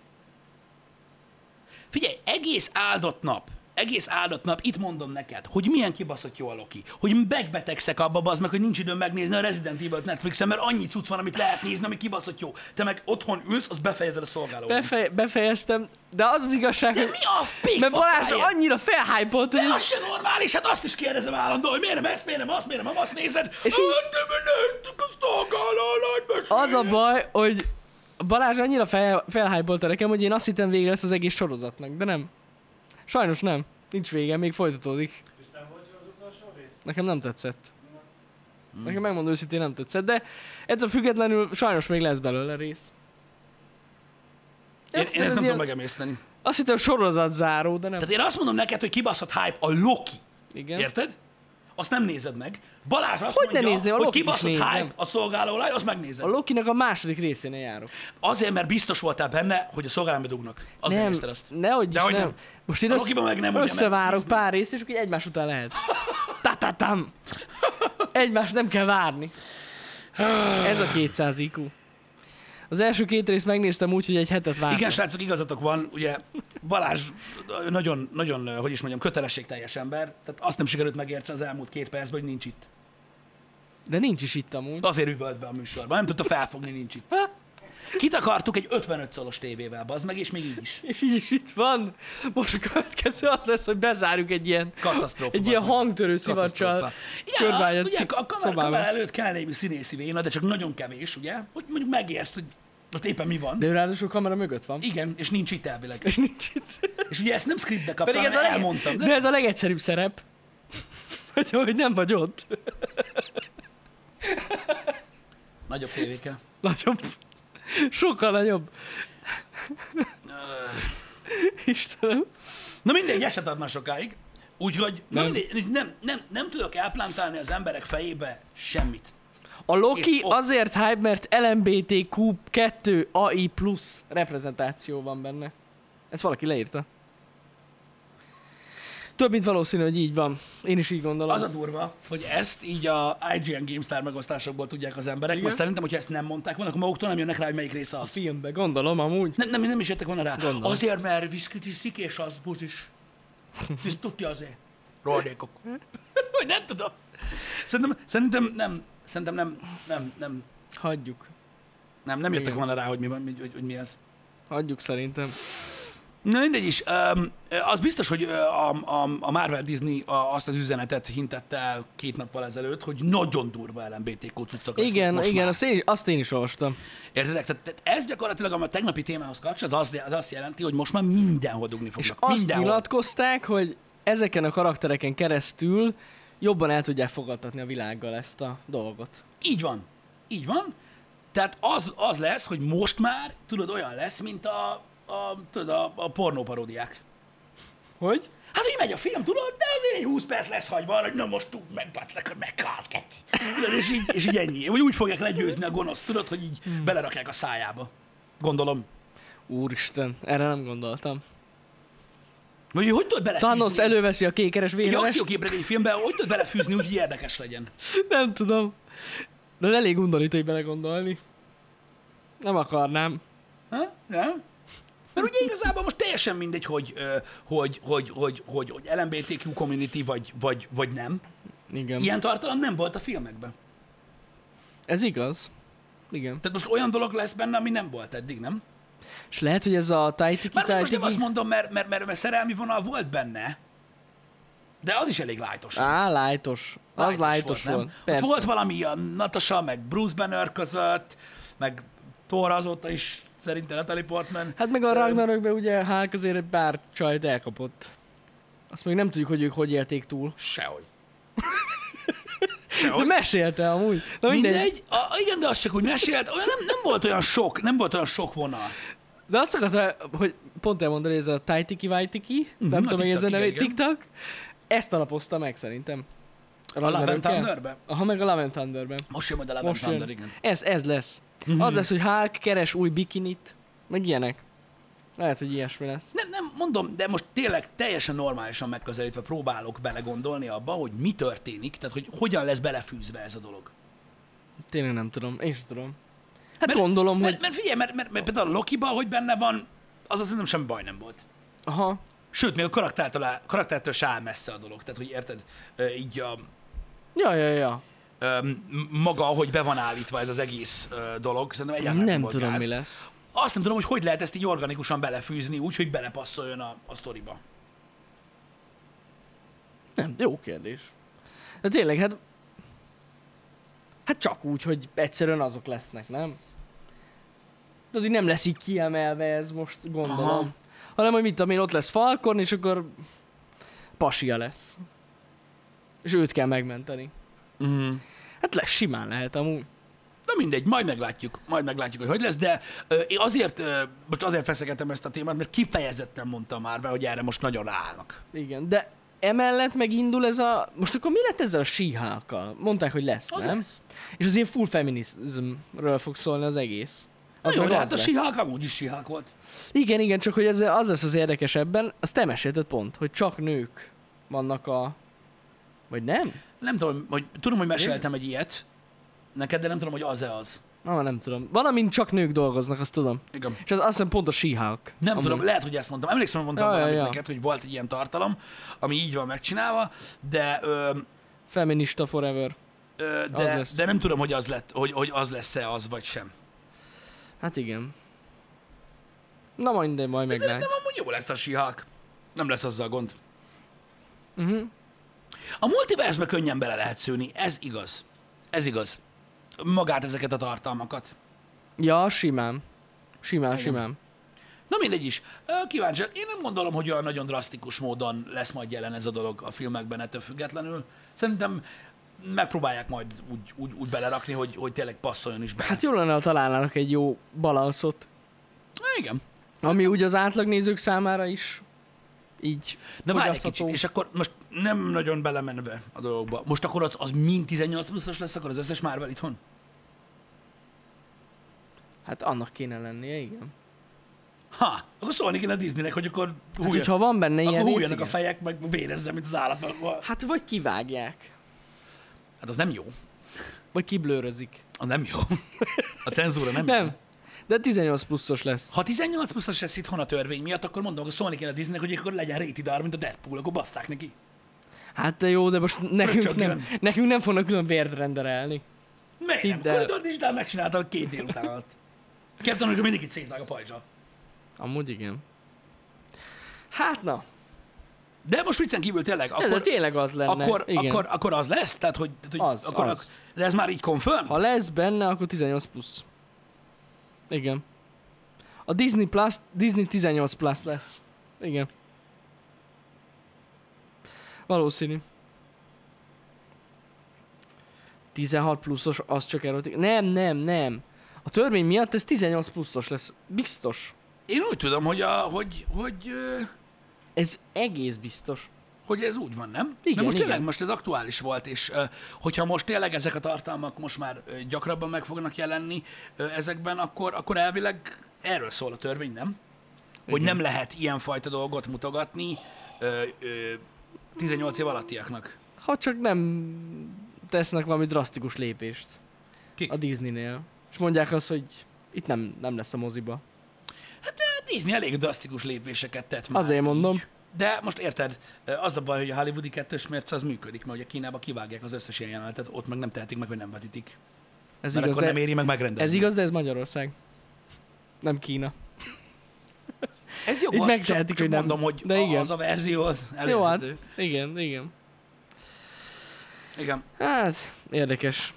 Speaker 1: Figyelj, egész áldott nap, egész áldott nap, itt mondom neked, hogy milyen kibaszott jó a Loki. Hogy megbetegszek abba, az meg, hogy nincs időm megnézni a Resident Evil-t Netflixen, mert annyi cucc van, amit lehet nézni, ami kibaszott jó. Te meg otthon ülsz, az befejezed a szolgálót.
Speaker 2: Befe, befejeztem, de az az igazság,
Speaker 1: De
Speaker 2: hogy...
Speaker 1: mi a pig
Speaker 2: Mert Balázs
Speaker 1: faszfájért?
Speaker 2: annyira felhájpolt, hogy...
Speaker 1: De az se normális, hát azt is kérdezem állandóan, hogy miért nem ezt, miért nem azt, miért nem azt nézed. És
Speaker 2: És
Speaker 1: hát,
Speaker 2: így-
Speaker 1: így... te néztük a szolgáló lány
Speaker 2: Az a baj, hogy Balázs annyira fel, felhájbolta nekem, hogy én azt hittem vége lesz az egész sorozatnak, de nem. Sajnos nem. Nincs vége, még folytatódik.
Speaker 3: És nem volt jó az utolsó rész?
Speaker 2: Nekem nem tetszett.
Speaker 1: Hmm.
Speaker 2: Nekem megmondom őszintén nem tetszett, de ettől függetlenül sajnos még lesz belőle rész.
Speaker 1: Én,
Speaker 2: Ezt-
Speaker 1: én ezt
Speaker 2: ez
Speaker 1: nem
Speaker 2: ilyen-
Speaker 1: tudom megemészteni.
Speaker 2: Azt hittem sorozat záró, de nem.
Speaker 1: Tehát én azt mondom neked, hogy kibaszott hype a Loki.
Speaker 2: Igen.
Speaker 1: Érted? Azt nem nézed meg. Balázs azt
Speaker 2: Hogy ne
Speaker 1: mondja,
Speaker 2: nézzem, a
Speaker 1: hogy
Speaker 2: Lokit is
Speaker 1: kibaszott
Speaker 2: nézem.
Speaker 1: hype a szolgálóolaj, azt megnézed.
Speaker 2: A Lokinak a második részén járok.
Speaker 1: Azért, mert biztos voltál benne, hogy a szolgálatba dugnak. Azért
Speaker 2: nem,
Speaker 1: nézted azt.
Speaker 2: Nehogy is,
Speaker 1: Dehogy
Speaker 2: nem.
Speaker 1: nem.
Speaker 2: Most én
Speaker 1: A
Speaker 2: össze-
Speaker 1: Lokiban meg nem, ugye, mert
Speaker 2: összevárok
Speaker 1: Disney.
Speaker 2: pár részt, és akkor így egymás után lehet. Tatatam! Egymást nem kell várni. Ez a 200 IQ. Az első két részt megnéztem úgy, hogy egy hetet vártam.
Speaker 1: Igen, srácok, igazatok van. Ugye Balázs nagyon, nagyon, hogy is mondjam, kötelességteljes ember. Tehát azt nem sikerült megértse az elmúlt két percben, hogy nincs itt.
Speaker 2: De nincs is itt amúgy.
Speaker 1: Azért üvölt be a műsorban. Nem tudta felfogni, nincs itt. Kitakartuk egy 55 szolos tévével, bazd meg, és még így is.
Speaker 2: És így is itt van. Most a következő az lesz, hogy bezárjuk egy ilyen,
Speaker 1: Katasztrófa.
Speaker 2: egy ilyen
Speaker 1: bazd meg.
Speaker 2: hangtörő
Speaker 1: Katasztrófa.
Speaker 2: szivacsal.
Speaker 1: Igen,
Speaker 2: Körványod
Speaker 1: ugye, a kamera,
Speaker 2: szobában.
Speaker 1: kamera előtt kell némi színészi véna, de csak nagyon kevés, ugye? Hogy mondjuk megértsd, hogy most éppen mi van.
Speaker 2: De ő ráadásul kamera mögött van.
Speaker 1: Igen, és nincs itt elvileg.
Speaker 2: És nincs itt.
Speaker 1: És ugye ezt nem scriptbe kaptam,
Speaker 2: Pedig ez a,
Speaker 1: hanem
Speaker 2: leg...
Speaker 1: elmondtam.
Speaker 2: de ez a legegyszerűbb szerep. (laughs) Hogy, hogy nem vagy ott.
Speaker 1: Nagyobb tévéke.
Speaker 2: Nagyobb. Sokkal nagyobb. (laughs) Istenem.
Speaker 1: Na mindegy, eset adna sokáig. Úgyhogy nem.
Speaker 2: Nem.
Speaker 1: Mindegy, nem, nem, nem tudok elplántálni az emberek fejébe semmit.
Speaker 2: A Loki
Speaker 1: És ott.
Speaker 2: azért hype, mert LMBTQ2 AI plusz reprezentáció van benne. Ezt valaki leírta. Több, mint valószínű, hogy így van. Én is így gondolom.
Speaker 1: Az a durva, hogy ezt így a IGN GameStar megosztásokból tudják az emberek,
Speaker 2: Igen.
Speaker 1: most szerintem, hogyha ezt nem mondták volna, akkor maguktól nem jönnek rá, hogy melyik része az.
Speaker 2: filmbe, gondolom amúgy.
Speaker 1: Nem, nem, nem is jöttek volna rá.
Speaker 2: Gondolom.
Speaker 1: Azért, mert viszkit iszik, és az buzis. Ezt tudja azért.
Speaker 2: (laughs)
Speaker 1: Rohadékok. Vagy nem tudom. Szerintem, szerintem nem, szerintem nem, nem, nem,
Speaker 2: Hagyjuk.
Speaker 1: nem, nem jöttek
Speaker 2: Igen.
Speaker 1: volna rá, hogy mi, van, hogy, hogy, hogy mi ez.
Speaker 2: Hagyjuk szerintem.
Speaker 1: Na mindegy is, öm, ö, az biztos, hogy ö, a, a, a Marvel Disney a, azt az üzenetet hintette el két nappal ezelőtt, hogy nagyon durva LMBTQ cuccok lesznek
Speaker 2: Igen,
Speaker 1: most
Speaker 2: igen,
Speaker 1: már.
Speaker 2: azt én, azt én is olvastam.
Speaker 1: Értedek? Tehát, tehát ez gyakorlatilag ami a tegnapi témához kapcsolatban, az, az azt jelenti, hogy most már mindenhol dugni fognak.
Speaker 2: És azt
Speaker 1: mindenhol.
Speaker 2: nyilatkozták, hogy ezeken a karaktereken keresztül jobban el tudják fogadtatni a világgal ezt a dolgot.
Speaker 1: Így van. Így van. Tehát az, az lesz, hogy most már, tudod, olyan lesz, mint a, a, tudod, a, a pornóparódiák.
Speaker 2: Hogy?
Speaker 1: Hát, hogy megy a film, tudod, de azért egy 20 perc lesz hagyva arra, hogy na most tud meg, batlak, hogy megkázket. Tudod, és így, és így ennyi. Vagy úgy fogják legyőzni a gonoszt, tudod, hogy így hmm. belerakják a szájába. Gondolom.
Speaker 2: Úristen, erre nem gondoltam.
Speaker 1: Vagy hogy tudod belefűzni?
Speaker 2: Thanos előveszi a kékeres
Speaker 1: egy
Speaker 2: vélemest?
Speaker 1: akcióképregény filmben, hogy tudod belefűzni, úgy, hogy érdekes legyen.
Speaker 2: Nem tudom. De elég undorító, hogy belegondolni. Nem akarnám.
Speaker 1: Ha? Nem? Mert ugye igazából most teljesen mindegy, hogy, ö, hogy, hogy, hogy, hogy, hogy LMBTQ community vagy, vagy, vagy nem.
Speaker 2: Igen.
Speaker 1: Ilyen tartalom nem volt a filmekben.
Speaker 2: Ez igaz. Igen.
Speaker 1: Tehát most olyan dolog lesz benne, ami nem volt eddig, nem?
Speaker 2: És lehet, hogy ez a Taitiki
Speaker 1: Már most nem azt
Speaker 2: Taitiki...
Speaker 1: mondom, mert, mert, mert, mert szerelmi vonal volt benne, de az is elég lájtos.
Speaker 2: Á, lájtos. Az lájtos
Speaker 1: nem?
Speaker 2: volt.
Speaker 1: Ott
Speaker 2: Persze.
Speaker 1: Volt valami a Natasha, meg Bruce Banner között, meg Thor azóta is szerintem Natalie Portman.
Speaker 2: Hát meg a Ragnarökben ugye Hulk azért egy pár csajt elkapott. Azt még nem tudjuk, hogy ők hogy élték túl.
Speaker 1: Sehogy.
Speaker 2: De mesélte amúgy. Na mindegy.
Speaker 1: Mindegy. Mindegy. A, a- igen, de azt csak úgy mesélt, olyan nem, nem volt olyan sok, nem volt olyan sok vonal.
Speaker 2: De azt akartam, hogy pont elmondani, ez a Taitiki Waitiki, uh-huh, nem
Speaker 1: Mhm. a
Speaker 2: tudom, hogy ez a
Speaker 1: TikTok,
Speaker 2: neve,
Speaker 1: igen,
Speaker 2: TikTok, ezt alapozta meg szerintem.
Speaker 1: A Love and
Speaker 2: Ragnarökkel.
Speaker 1: Thunderbe?
Speaker 2: Aha, meg a Love and Thunderben.
Speaker 1: Most jön majd a Love and
Speaker 2: Most
Speaker 1: Thunder,
Speaker 2: jön.
Speaker 1: igen. Mhm.
Speaker 2: Ez, ez lesz. Az lesz, hogy Hulk keres új bikinit, meg ilyenek. Lehet, hogy ilyesmi lesz.
Speaker 1: Nem, nem, mondom, de most tényleg teljesen normálisan megközelítve próbálok belegondolni abba, hogy mi történik, tehát hogy hogyan lesz belefűzve ez a dolog.
Speaker 2: Tényleg nem tudom, én sem tudom. Hát mert, gondolom,
Speaker 1: Mert,
Speaker 2: hogy...
Speaker 1: mert figyelj, mert, mert, mert például a Lokiba, hogy benne van, az azt nem semmi baj nem volt.
Speaker 2: Aha,
Speaker 1: Sőt, még a karaktertől, áll- karaktertől se áll messze a dolog. Tehát, hogy érted, ö, így a,
Speaker 2: ja, ja, ja.
Speaker 1: ö, m- maga, ahogy be van állítva ez az egész ö, dolog, szerintem egyáltalán
Speaker 2: Nem
Speaker 1: volt
Speaker 2: tudom,
Speaker 1: gáz.
Speaker 2: mi lesz.
Speaker 1: Azt nem tudom, hogy hogy lehet ezt így organikusan belefűzni, úgy, hogy belepasszoljon a, a sztoriba.
Speaker 2: Nem, jó kérdés. De tényleg, hát... Hát csak úgy, hogy egyszerűen azok lesznek, nem? Tudod, így nem lesz így kiemelve ez most, gondolom.
Speaker 1: Aha.
Speaker 2: Aha. Hanem, hogy mit tudom én, ott lesz Falcon, és akkor pasia lesz. És őt kell megmenteni.
Speaker 1: Mm.
Speaker 2: Hát le, simán lehet amúgy.
Speaker 1: Na mindegy, majd meglátjuk, majd meglátjuk, hogy hogy lesz, de ö, én azért, ö, most azért feszegetem ezt a témát, mert kifejezetten mondtam már be, hogy erre most nagyon ráállnak.
Speaker 2: Igen, de emellett megindul ez a... Most akkor mi lett ezzel a síhákkal? Mondták, hogy lesz,
Speaker 1: Az
Speaker 2: nem?
Speaker 1: lesz.
Speaker 2: És az ilyen full feminizmről fog szólni az egész.
Speaker 1: Az jó,
Speaker 2: meg
Speaker 1: de
Speaker 2: az
Speaker 1: hát a
Speaker 2: lesz.
Speaker 1: sihák amúgy is sihák volt.
Speaker 2: Igen, igen, csak hogy ez, az lesz az érdekes ebben, azt te mesélted pont, hogy csak nők vannak a... Vagy nem?
Speaker 1: Nem tudom, hogy tudom, hogy meséltem egy ilyet neked, de nem tudom, hogy az-e az.
Speaker 2: Na, már Ah, nem tudom. Van, amin csak nők dolgoznak, azt tudom.
Speaker 1: Igen.
Speaker 2: És az azt hiszem pont a síhák.
Speaker 1: Nem Amúgy. tudom, lehet, hogy ezt mondtam. Emlékszem, hogy mondtam
Speaker 2: Ja, ja,
Speaker 1: valamit
Speaker 2: ja.
Speaker 1: neked, hogy volt egy ilyen tartalom, ami így van megcsinálva, de ö,
Speaker 2: Feminista forever.
Speaker 1: ö,
Speaker 2: Az
Speaker 1: de,
Speaker 2: lesz.
Speaker 1: de nem tudom, hogy az, lett, hogy, hogy az lesz-e az, vagy sem.
Speaker 2: Hát igen. Na minden, majd
Speaker 1: Szerintem
Speaker 2: meglátjuk.
Speaker 1: amúgy jó lesz a sihák. Nem lesz azzal gond.
Speaker 2: Uh-huh.
Speaker 1: A multiversbe könnyen bele lehet szőni, ez igaz. Ez igaz. Magát ezeket a tartalmakat.
Speaker 2: Ja, simán. Simán, simán.
Speaker 1: Na mindegy is. Ö, Kíváncsi. Hát Én nem gondolom, hogy olyan nagyon drasztikus módon lesz majd jelen ez a dolog a filmekben ettől függetlenül. Szerintem megpróbálják majd úgy, úgy, úgy belerakni, hogy, hogy tényleg passzoljon is be.
Speaker 2: Hát jó lenne, ha találnának egy jó balanszot,
Speaker 1: igen.
Speaker 2: ami úgy az átlagnézők számára is így
Speaker 1: De várj egy
Speaker 2: fogyasztható.
Speaker 1: kicsit, és akkor most nem nagyon belemenve a dologba. Most akkor az, az mind 18 pluszos lesz, akkor az összes Marvel itthon?
Speaker 2: Hát annak kéne lennie, igen.
Speaker 1: Ha, akkor szólni kéne a Disneynek, hogy akkor
Speaker 2: Hát,
Speaker 1: hújjanak,
Speaker 2: hogyha van benne ilyen
Speaker 1: akkor
Speaker 2: rész,
Speaker 1: hújjanak a
Speaker 2: igen.
Speaker 1: fejek, meg vérezzen, mint az állat. mert akkor-
Speaker 2: Hát vagy kivágják,
Speaker 1: Hát az nem jó.
Speaker 2: vagy kiblőrözik.
Speaker 1: Az nem jó. (laughs) A cenzúra nem, jó.
Speaker 2: Nem. De 18 pluszos lesz.
Speaker 1: Ha 18 pluszos lesz itthon a törvény miatt, akkor mondom, hogy szólni kéne a Disneynek, hogy akkor legyen rated R, mint a Deadpool, akkor basszák neki.
Speaker 2: Hát de jó, de most nekünk
Speaker 1: Csak
Speaker 2: nem,
Speaker 1: jön.
Speaker 2: nekünk nem fognak külön vért renderelni.
Speaker 1: Miért nem?
Speaker 2: Hidd el.
Speaker 1: Akkor a Disney megcsinálta két délután alatt. Captain America mindig itt szétvág a pajzsa.
Speaker 2: Amúgy igen. Hát na,
Speaker 1: De most viccen kívül tényleg,
Speaker 2: akkor, de
Speaker 1: akkor,
Speaker 2: tényleg az lenne.
Speaker 1: akkor,
Speaker 2: igen.
Speaker 1: akkor, akkor az lesz? Tehát, hogy, tehát, hogy
Speaker 2: Az,
Speaker 1: akkor,
Speaker 2: az.
Speaker 1: De ez már így confirm?
Speaker 2: Ha lesz benne, akkor 18 plusz. Igen. A Disney Plus, Disney 18 plusz lesz. Igen. Valószínű. 16 pluszos, az csak erotik. Nem, nem, nem. A törvény miatt ez 18 pluszos lesz. Biztos.
Speaker 1: Én úgy tudom, hogy, a, hogy, hogy, ö,
Speaker 2: Ez egész biztos.
Speaker 1: hogy ez úgy van, nem?
Speaker 2: Igen,
Speaker 1: Mert most
Speaker 2: igen.
Speaker 1: tényleg most ez aktuális volt, és ö, hogyha most tényleg ezek a tartalmak most már ö, gyakrabban meg fognak jelenni ö, ezekben, akkor, akkor elvileg erről szól a törvény, nem? Hogy
Speaker 2: Igen.
Speaker 1: nem lehet ilyenfajta dolgot mutogatni ö, ö, 18 év alattiaknak.
Speaker 2: Ha csak nem tesznek valami drasztikus lépést.
Speaker 1: Ki?
Speaker 2: A Disneynél. És mondják azt, hogy itt nem, nem lesz a moziba.
Speaker 1: A Disney Hát elég drasztikus lépéseket tett már.
Speaker 2: Azért mondom.
Speaker 1: Így. De most érted, ö, az a baj, hogy a hollywoodi kettős mérce az működik, mert ugye Kínába kivágják az összes ilyen jelenetet, ott meg nem tehetik meg, hogy nem vetítik.
Speaker 2: Ez
Speaker 1: Mert
Speaker 2: igaz,
Speaker 1: akkor
Speaker 2: de...
Speaker 1: nem éri meg megrendezni.
Speaker 2: Ez igaz, de ez Magyarország. Nem Kína.
Speaker 1: Ez
Speaker 2: Itt
Speaker 1: jogos,
Speaker 2: megtehetik,
Speaker 1: csak, csak
Speaker 2: hogy nem.
Speaker 1: mondom, hogy
Speaker 2: De
Speaker 1: a-
Speaker 2: igen.
Speaker 1: az a verzió az elérhető.
Speaker 2: Jó, hát igen, igen.
Speaker 1: Igen.
Speaker 2: Hát, érdekes.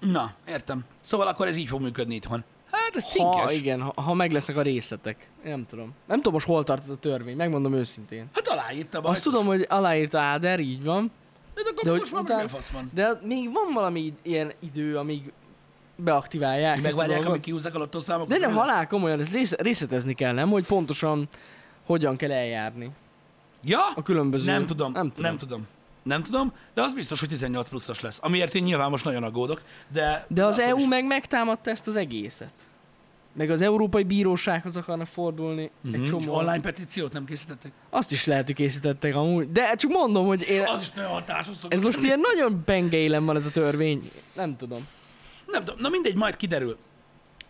Speaker 1: Na, értem. Szóval akkor ez így fog működni itthon. Hát ez
Speaker 2: Ha,
Speaker 1: cinkes.
Speaker 2: igen, ha, ha meg lesznek a részletek. Én Nem tudom. Nem tudom most hol tart ez a törvény, megmondom őszintén.
Speaker 1: Hát aláírta baj.
Speaker 2: Azt tudom, hogy aláírta Áder, így van,
Speaker 1: De akkor
Speaker 2: de hogy
Speaker 1: most már
Speaker 2: utána-
Speaker 1: után... fasz van?
Speaker 2: de még van valami id- ilyen idő, amíg beaktiválják ezt a
Speaker 1: Megvárják,
Speaker 2: dolgot.
Speaker 1: amíg kihúzzák a lottószámokat.
Speaker 2: De nem,
Speaker 1: mi lesz?
Speaker 2: halál komolyan, ezt rész- részletezni kell, nem? Hogy pontosan hogyan kell eljárni
Speaker 1: Ja?
Speaker 2: a különböző...
Speaker 1: Nem tudom,
Speaker 2: Nem tudom.
Speaker 1: nem tudom. Nem tudom, de az biztos, hogy 18 pluszos lesz. Amiért én nyilván most nagyon aggódok, de...
Speaker 2: De az E
Speaker 1: akkor
Speaker 2: EU
Speaker 1: is.
Speaker 2: meg megtámadta ezt az egészet. Meg az Európai Bírósághoz akarna fordulni mm-hmm. egy
Speaker 1: Hm? És
Speaker 2: csomó.
Speaker 1: online petíciót nem készítettek?
Speaker 2: Azt is lehet, hogy készítettek amúgy. De csak mondom, hogy én...
Speaker 1: Az is nagyon hatásos szokott
Speaker 2: Ez most
Speaker 1: lenni.
Speaker 2: ilyen nagyon bengeilen van ez a törvény. Nem tudom.
Speaker 1: Nem tudom, na mindegy, majd kiderül.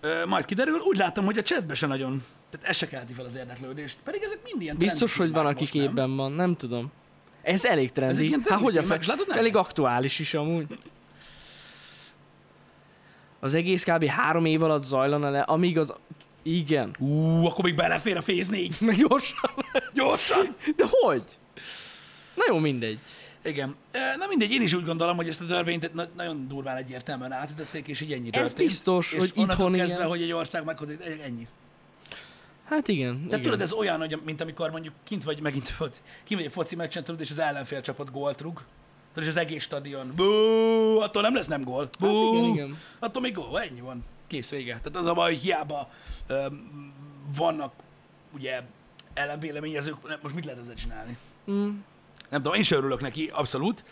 Speaker 1: Ö, majd kiderül, úgy látom, hogy a chatbe se nagyon, tehát ez se kelti fel az érdeklődést. Pedig ezek mind ilyen
Speaker 2: Biztos,
Speaker 1: trendi
Speaker 2: hogy van,
Speaker 1: témák
Speaker 2: aki
Speaker 1: most, nem?
Speaker 2: képben van. Nem tudom. Ez elég trendi.
Speaker 1: Ezek ilyen
Speaker 2: hát
Speaker 1: trendi
Speaker 2: hogy a
Speaker 1: témák, és látod, nem
Speaker 2: Elég
Speaker 1: kell.
Speaker 2: aktuális is amúgy. Az egész kb. három év alatt zajlana le, amíg az... Igen. (laughs)
Speaker 1: Ú, akkor még belefér a Phase 4.
Speaker 2: Meg gyorsan.
Speaker 1: Gyorsan!
Speaker 2: De hogy? Na jó, mindegy.
Speaker 1: Igen. Ö, Na mindegy, én is úgy gondolom, hogy ezt a törvényt na- nagyon durván egyértelműen átütötték, és így ennyi
Speaker 2: Ez
Speaker 1: történt.
Speaker 2: biztos,
Speaker 1: és
Speaker 2: hogy
Speaker 1: onnantól
Speaker 2: itthon
Speaker 1: kezdve,
Speaker 2: ilyen.
Speaker 1: hogy egy ország meghozott, ennyi.
Speaker 2: Hát igen.
Speaker 1: De
Speaker 2: igen.
Speaker 1: tudod, ez olyan, hogy, mint amikor mondjuk kint vagy megint foci, kint vagy egy foci meccsen, tudod, és az ellenfél csapat gólt rúg. Tudod, és az egész stadion, bú, attól nem lesz nem gól. Bú,
Speaker 2: Hát igen, igen.
Speaker 1: Attól még gól, ennyi van. Kész, vége. Tehát az a baj, hogy hiába öm, vannak ugye ellenvéleményezők, nem- most mit lehet ezzel csinálni? Mm. Nem tudom, én sem örülök neki, abszolút,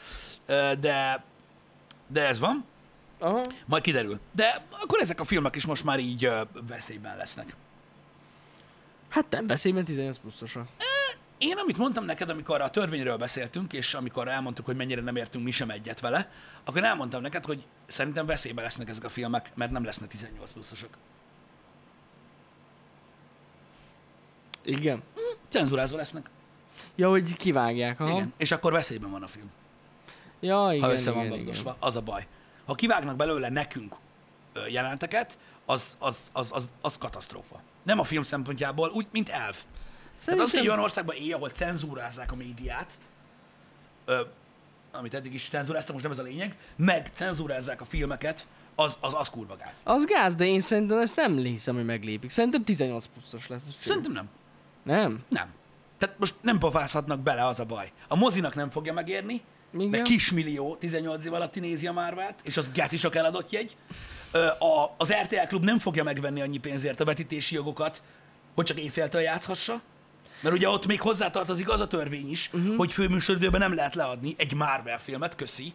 Speaker 1: Ö, de, de ez van,
Speaker 2: Aha.
Speaker 1: majd kiderül. De akkor ezek a filmek is most már így ö, veszélyben lesznek.
Speaker 2: Hát nem beszélj, 18 pluszosra.
Speaker 1: Én, amit mondtam neked, amikor a törvényről beszéltünk, és amikor elmondtuk, hogy mennyire nem értünk mi sem egyet vele, akkor elmondtam neked, hogy szerintem veszélybe lesznek ezek a filmek, mert nem lesznek 18 pluszosok.
Speaker 2: Igen.
Speaker 1: Cenzurázva lesznek.
Speaker 2: Ja, hogy kivágják, aha.
Speaker 1: Igen. És akkor veszélyben van a film,
Speaker 2: Ja,
Speaker 1: ha
Speaker 2: igen,
Speaker 1: össze van
Speaker 2: igen, igen.
Speaker 1: bagdosva. Az a baj. Ha kivágnak belőle nekünk ö, jeleneteket, az, az, az, az, az katasztrófa. Nem a film szempontjából, úgy, mint elv. Tehát az, Hát hogy egy olyan országban él, ahol cenzúrázzák a médiát, ö, amit eddig is cenzúráztak, most nem ez a lényeg, meg cenzúrázzák a filmeket, az, az, az kurva gáz.
Speaker 2: Az gáz, de én szerintem ezt nem hiszem, hogy meglépik. Szerintem 18 pluszos lesz. ez cső.
Speaker 1: Szerintem nem.
Speaker 2: Nem?
Speaker 1: Nem. Tehát most nem pofázhatnak bele, az a baj. A mozinak nem fogja megérni, Igen.
Speaker 2: Igen.
Speaker 1: mert kismillió 18 év alatti nézi a márvát, és az geci sok eladott jegy. Ö, A, az RTL klub nem fogja megvenni annyi pénzért a vetítési jogokat, hogy csak éjféltől játszhassa. Mert ugye ott még hozzátartozik az a törvény is,
Speaker 2: Mhm.
Speaker 1: uh-huh. hogy főműsoridőben nem lehet leadni egy Marvel filmet, köszi.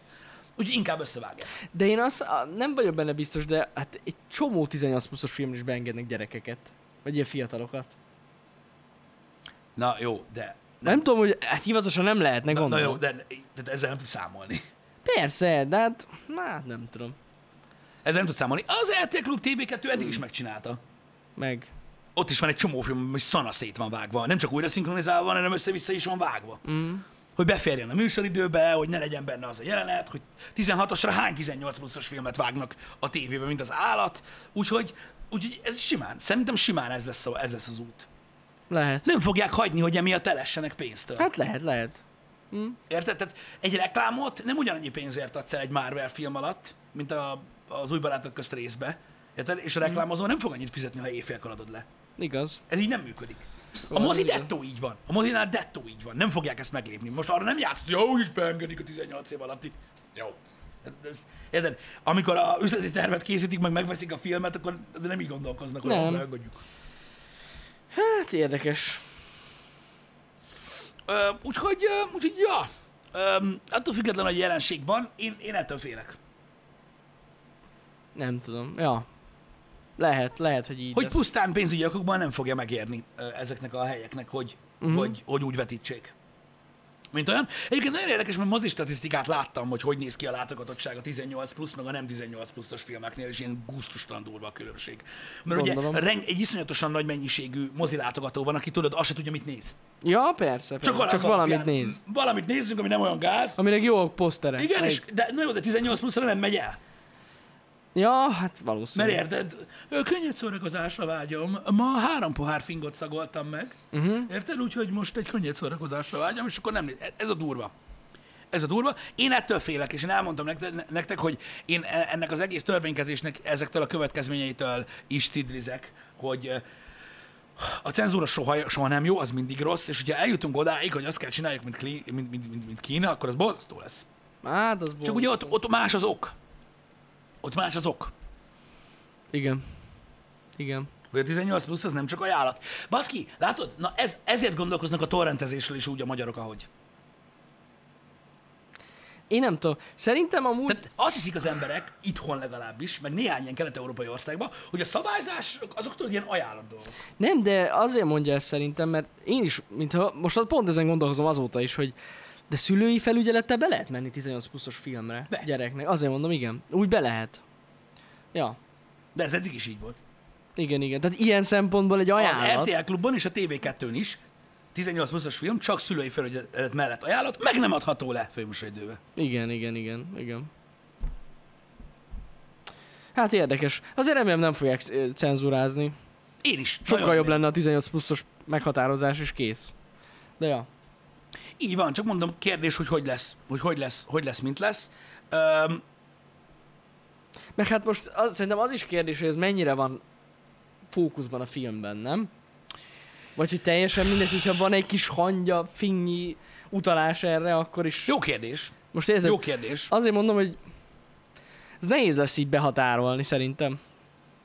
Speaker 1: Úgyhogy inkább összevágják.
Speaker 2: De én azt a- nem vagyok benne biztos, de hát egy csomó 18 pluszos film is beengednek gyerekeket. Vagy ilyen fiatalokat.
Speaker 1: Na jó, de...
Speaker 2: Nem, nem tudom, hogy hát hivatalosan nem lehetne,
Speaker 1: Na, na
Speaker 2: gondolom.
Speaker 1: jó, de, de ezzel nem tud számolni.
Speaker 2: Persze, de hát, hát nem tudom.
Speaker 1: Ezzel nem tud számolni. Az RTL klub TV2 eddig is megcsinálta.
Speaker 2: Meg.
Speaker 1: ott is van egy csomó film, ami szana szét van vágva. Nem csak újra szinkronizálva van, hanem össze-vissza is van vágva. Mm. Hogy beférjen a műsoridőbe, hogy ne legyen benne az a jelenet, hogy 16-osra hány 18 pluszos filmet vágnak a tévébe, mint az állat. Úgyhogy, úgyhogy ez simán, szerintem simán ez lesz, a, ez lesz az út.
Speaker 2: Lehet.
Speaker 1: Nem fogják hagyni, hogy emiatt elessenek pénztől.
Speaker 2: Hát lehet, lehet.
Speaker 1: Érted? Tehát egy reklámot nem ugyanannyi pénzért adsz el egy Marvel film alatt, mint a, az új barátok közt részbe. Érted? És a reklámozó nem fog annyit fizetni, ha éjfélkor adod le.
Speaker 2: Igaz.
Speaker 1: Ez így nem működik. A
Speaker 2: Van,
Speaker 1: mozi
Speaker 2: igen.
Speaker 1: dettó így van. A mozinál dettó így van. Nem fogják ezt meglépni. Most arra nem játsz, hogy jó, is beengedik a 18 év alatt itt. Jó. Ez- Érted? Amikor a üzleti tervet készítik, meg megveszik a filmet, akkor azért nem így gondolkoznak, hogy
Speaker 2: Nem.
Speaker 1: beengedjük.
Speaker 2: Hát érdekes.
Speaker 1: Ö, Úgyhogy, ö, úgyhogy, ja. Ö, attól függetlenül, hogy jelenség van, én, én ettől félek.
Speaker 2: Nem tudom. Ja. Lehet, lehet, hogy így
Speaker 1: Hogy
Speaker 2: lesz.
Speaker 1: pusztán pénzügyi okokban nem fogja megérni ö, ezeknek a helyeknek, hogy,
Speaker 2: Mhm.
Speaker 1: uh-huh. hogy, hogy úgy vetítsék. Mint olyan. Egyébként nagyon érdekes, mert mozi statisztikát láttam, hogy hogy néz ki a látogatottság a 18 plusz, meg a nem 18 pluszos filmeknél, és ilyen gusztustalan durva a különbség. Mert Gondolom.
Speaker 2: Gondolom.
Speaker 1: ugye reng, egy iszonyatosan nagy mennyiségű mozi látogató van, aki tudod, azt se tudja, mit néz.
Speaker 2: Ja, persze, persze. Csak,
Speaker 1: az
Speaker 2: csak valamit
Speaker 1: alapján-
Speaker 2: néz.
Speaker 1: Valamit nézzünk, ami nem olyan gáz.
Speaker 2: Aminek jó a posztere.
Speaker 1: Igen,
Speaker 2: Meg-
Speaker 1: és, de, na jó, de 18 pluszra nem megy el.
Speaker 2: Ja, hát
Speaker 1: Mert
Speaker 2: valószínűleg.
Speaker 1: érted, ö, könnyed szórakozásra vágyom. Ma három pohár fingot szagoltam meg. Uh-huh. Érted? Úgyhogy most egy könnyed szórakozásra vágyom, és akkor nem néz. Ez a durva. Ez a durva. Én ettől félek, és én elmondtam nektek, nektek hogy én e- ennek az egész törvénykezésnek ezektől a következményeitől is cidlizek, hogy ö, a cenzúra soha, soha nem jó, az mindig rossz, és hogyha eljutunk odáig, hogy azt kell csináljuk, mint, Klí- mint, mint, mint, mint Kína, akkor az borzasztó lesz.
Speaker 2: Hát az
Speaker 1: Csak ugye ott, ott más az ok. Ott más az ok.
Speaker 2: Igen. Igen.
Speaker 1: Hogy a 18 plusz az nem csak ajánlat. Baszki, látod? Na ez, ezért gondolkoznak a torrentezésről is úgy a magyarok, ahogy.
Speaker 2: Én nem tudom. Szerintem amúgy...
Speaker 1: Tehát azt hiszik az emberek, itthon legalábbis, meg néhány ilyen kelet-európai országban, hogy a szabályzások azok tudod ilyen ajánlat dolgok.
Speaker 2: Nem, de azért mondja ezt szerintem, mert én is, mintha most pont ezen gondolkozom azóta is, hogy de szülői felügyelettel be lehet menni 18 pluszos filmre
Speaker 1: Be.
Speaker 2: be. gyereknek. Azért mondom, igen. Úgy be lehet. Ja.
Speaker 1: De ez eddig is így volt.
Speaker 2: Igen, igen. Tehát ilyen szempontból egy ajánlat.
Speaker 1: Az RTL klubban és a TV2-n is 18 pluszos film csak szülői felügyelet mellett ajánlat, meg nem adható le főműsoridőbe.
Speaker 2: Igen, igen, igen, igen. Hát érdekes. Azért remélem nem fogják ö, cenzúrázni.
Speaker 1: Én is.
Speaker 2: Sokkal
Speaker 1: nagyon
Speaker 2: jobb
Speaker 1: remélem.
Speaker 2: lenne a 18 pluszos meghatározás, és kész. De ja.
Speaker 1: Így van, csak mondom, kérdés, hogy hogy lesz, hogy hogy lesz, hogy lesz, mint lesz. Öm,
Speaker 2: Meg hát most az, szerintem az is kérdés, hogy ez mennyire van fókuszban a filmben, nem? Vagy hogy teljesen mindegy, hogyha van egy kis hangya, finnyi utalás erre, akkor is...
Speaker 1: Jó kérdés.
Speaker 2: Most érted?
Speaker 1: Jó kérdés.
Speaker 2: Azért mondom, hogy ez nehéz lesz így behatárolni szerintem.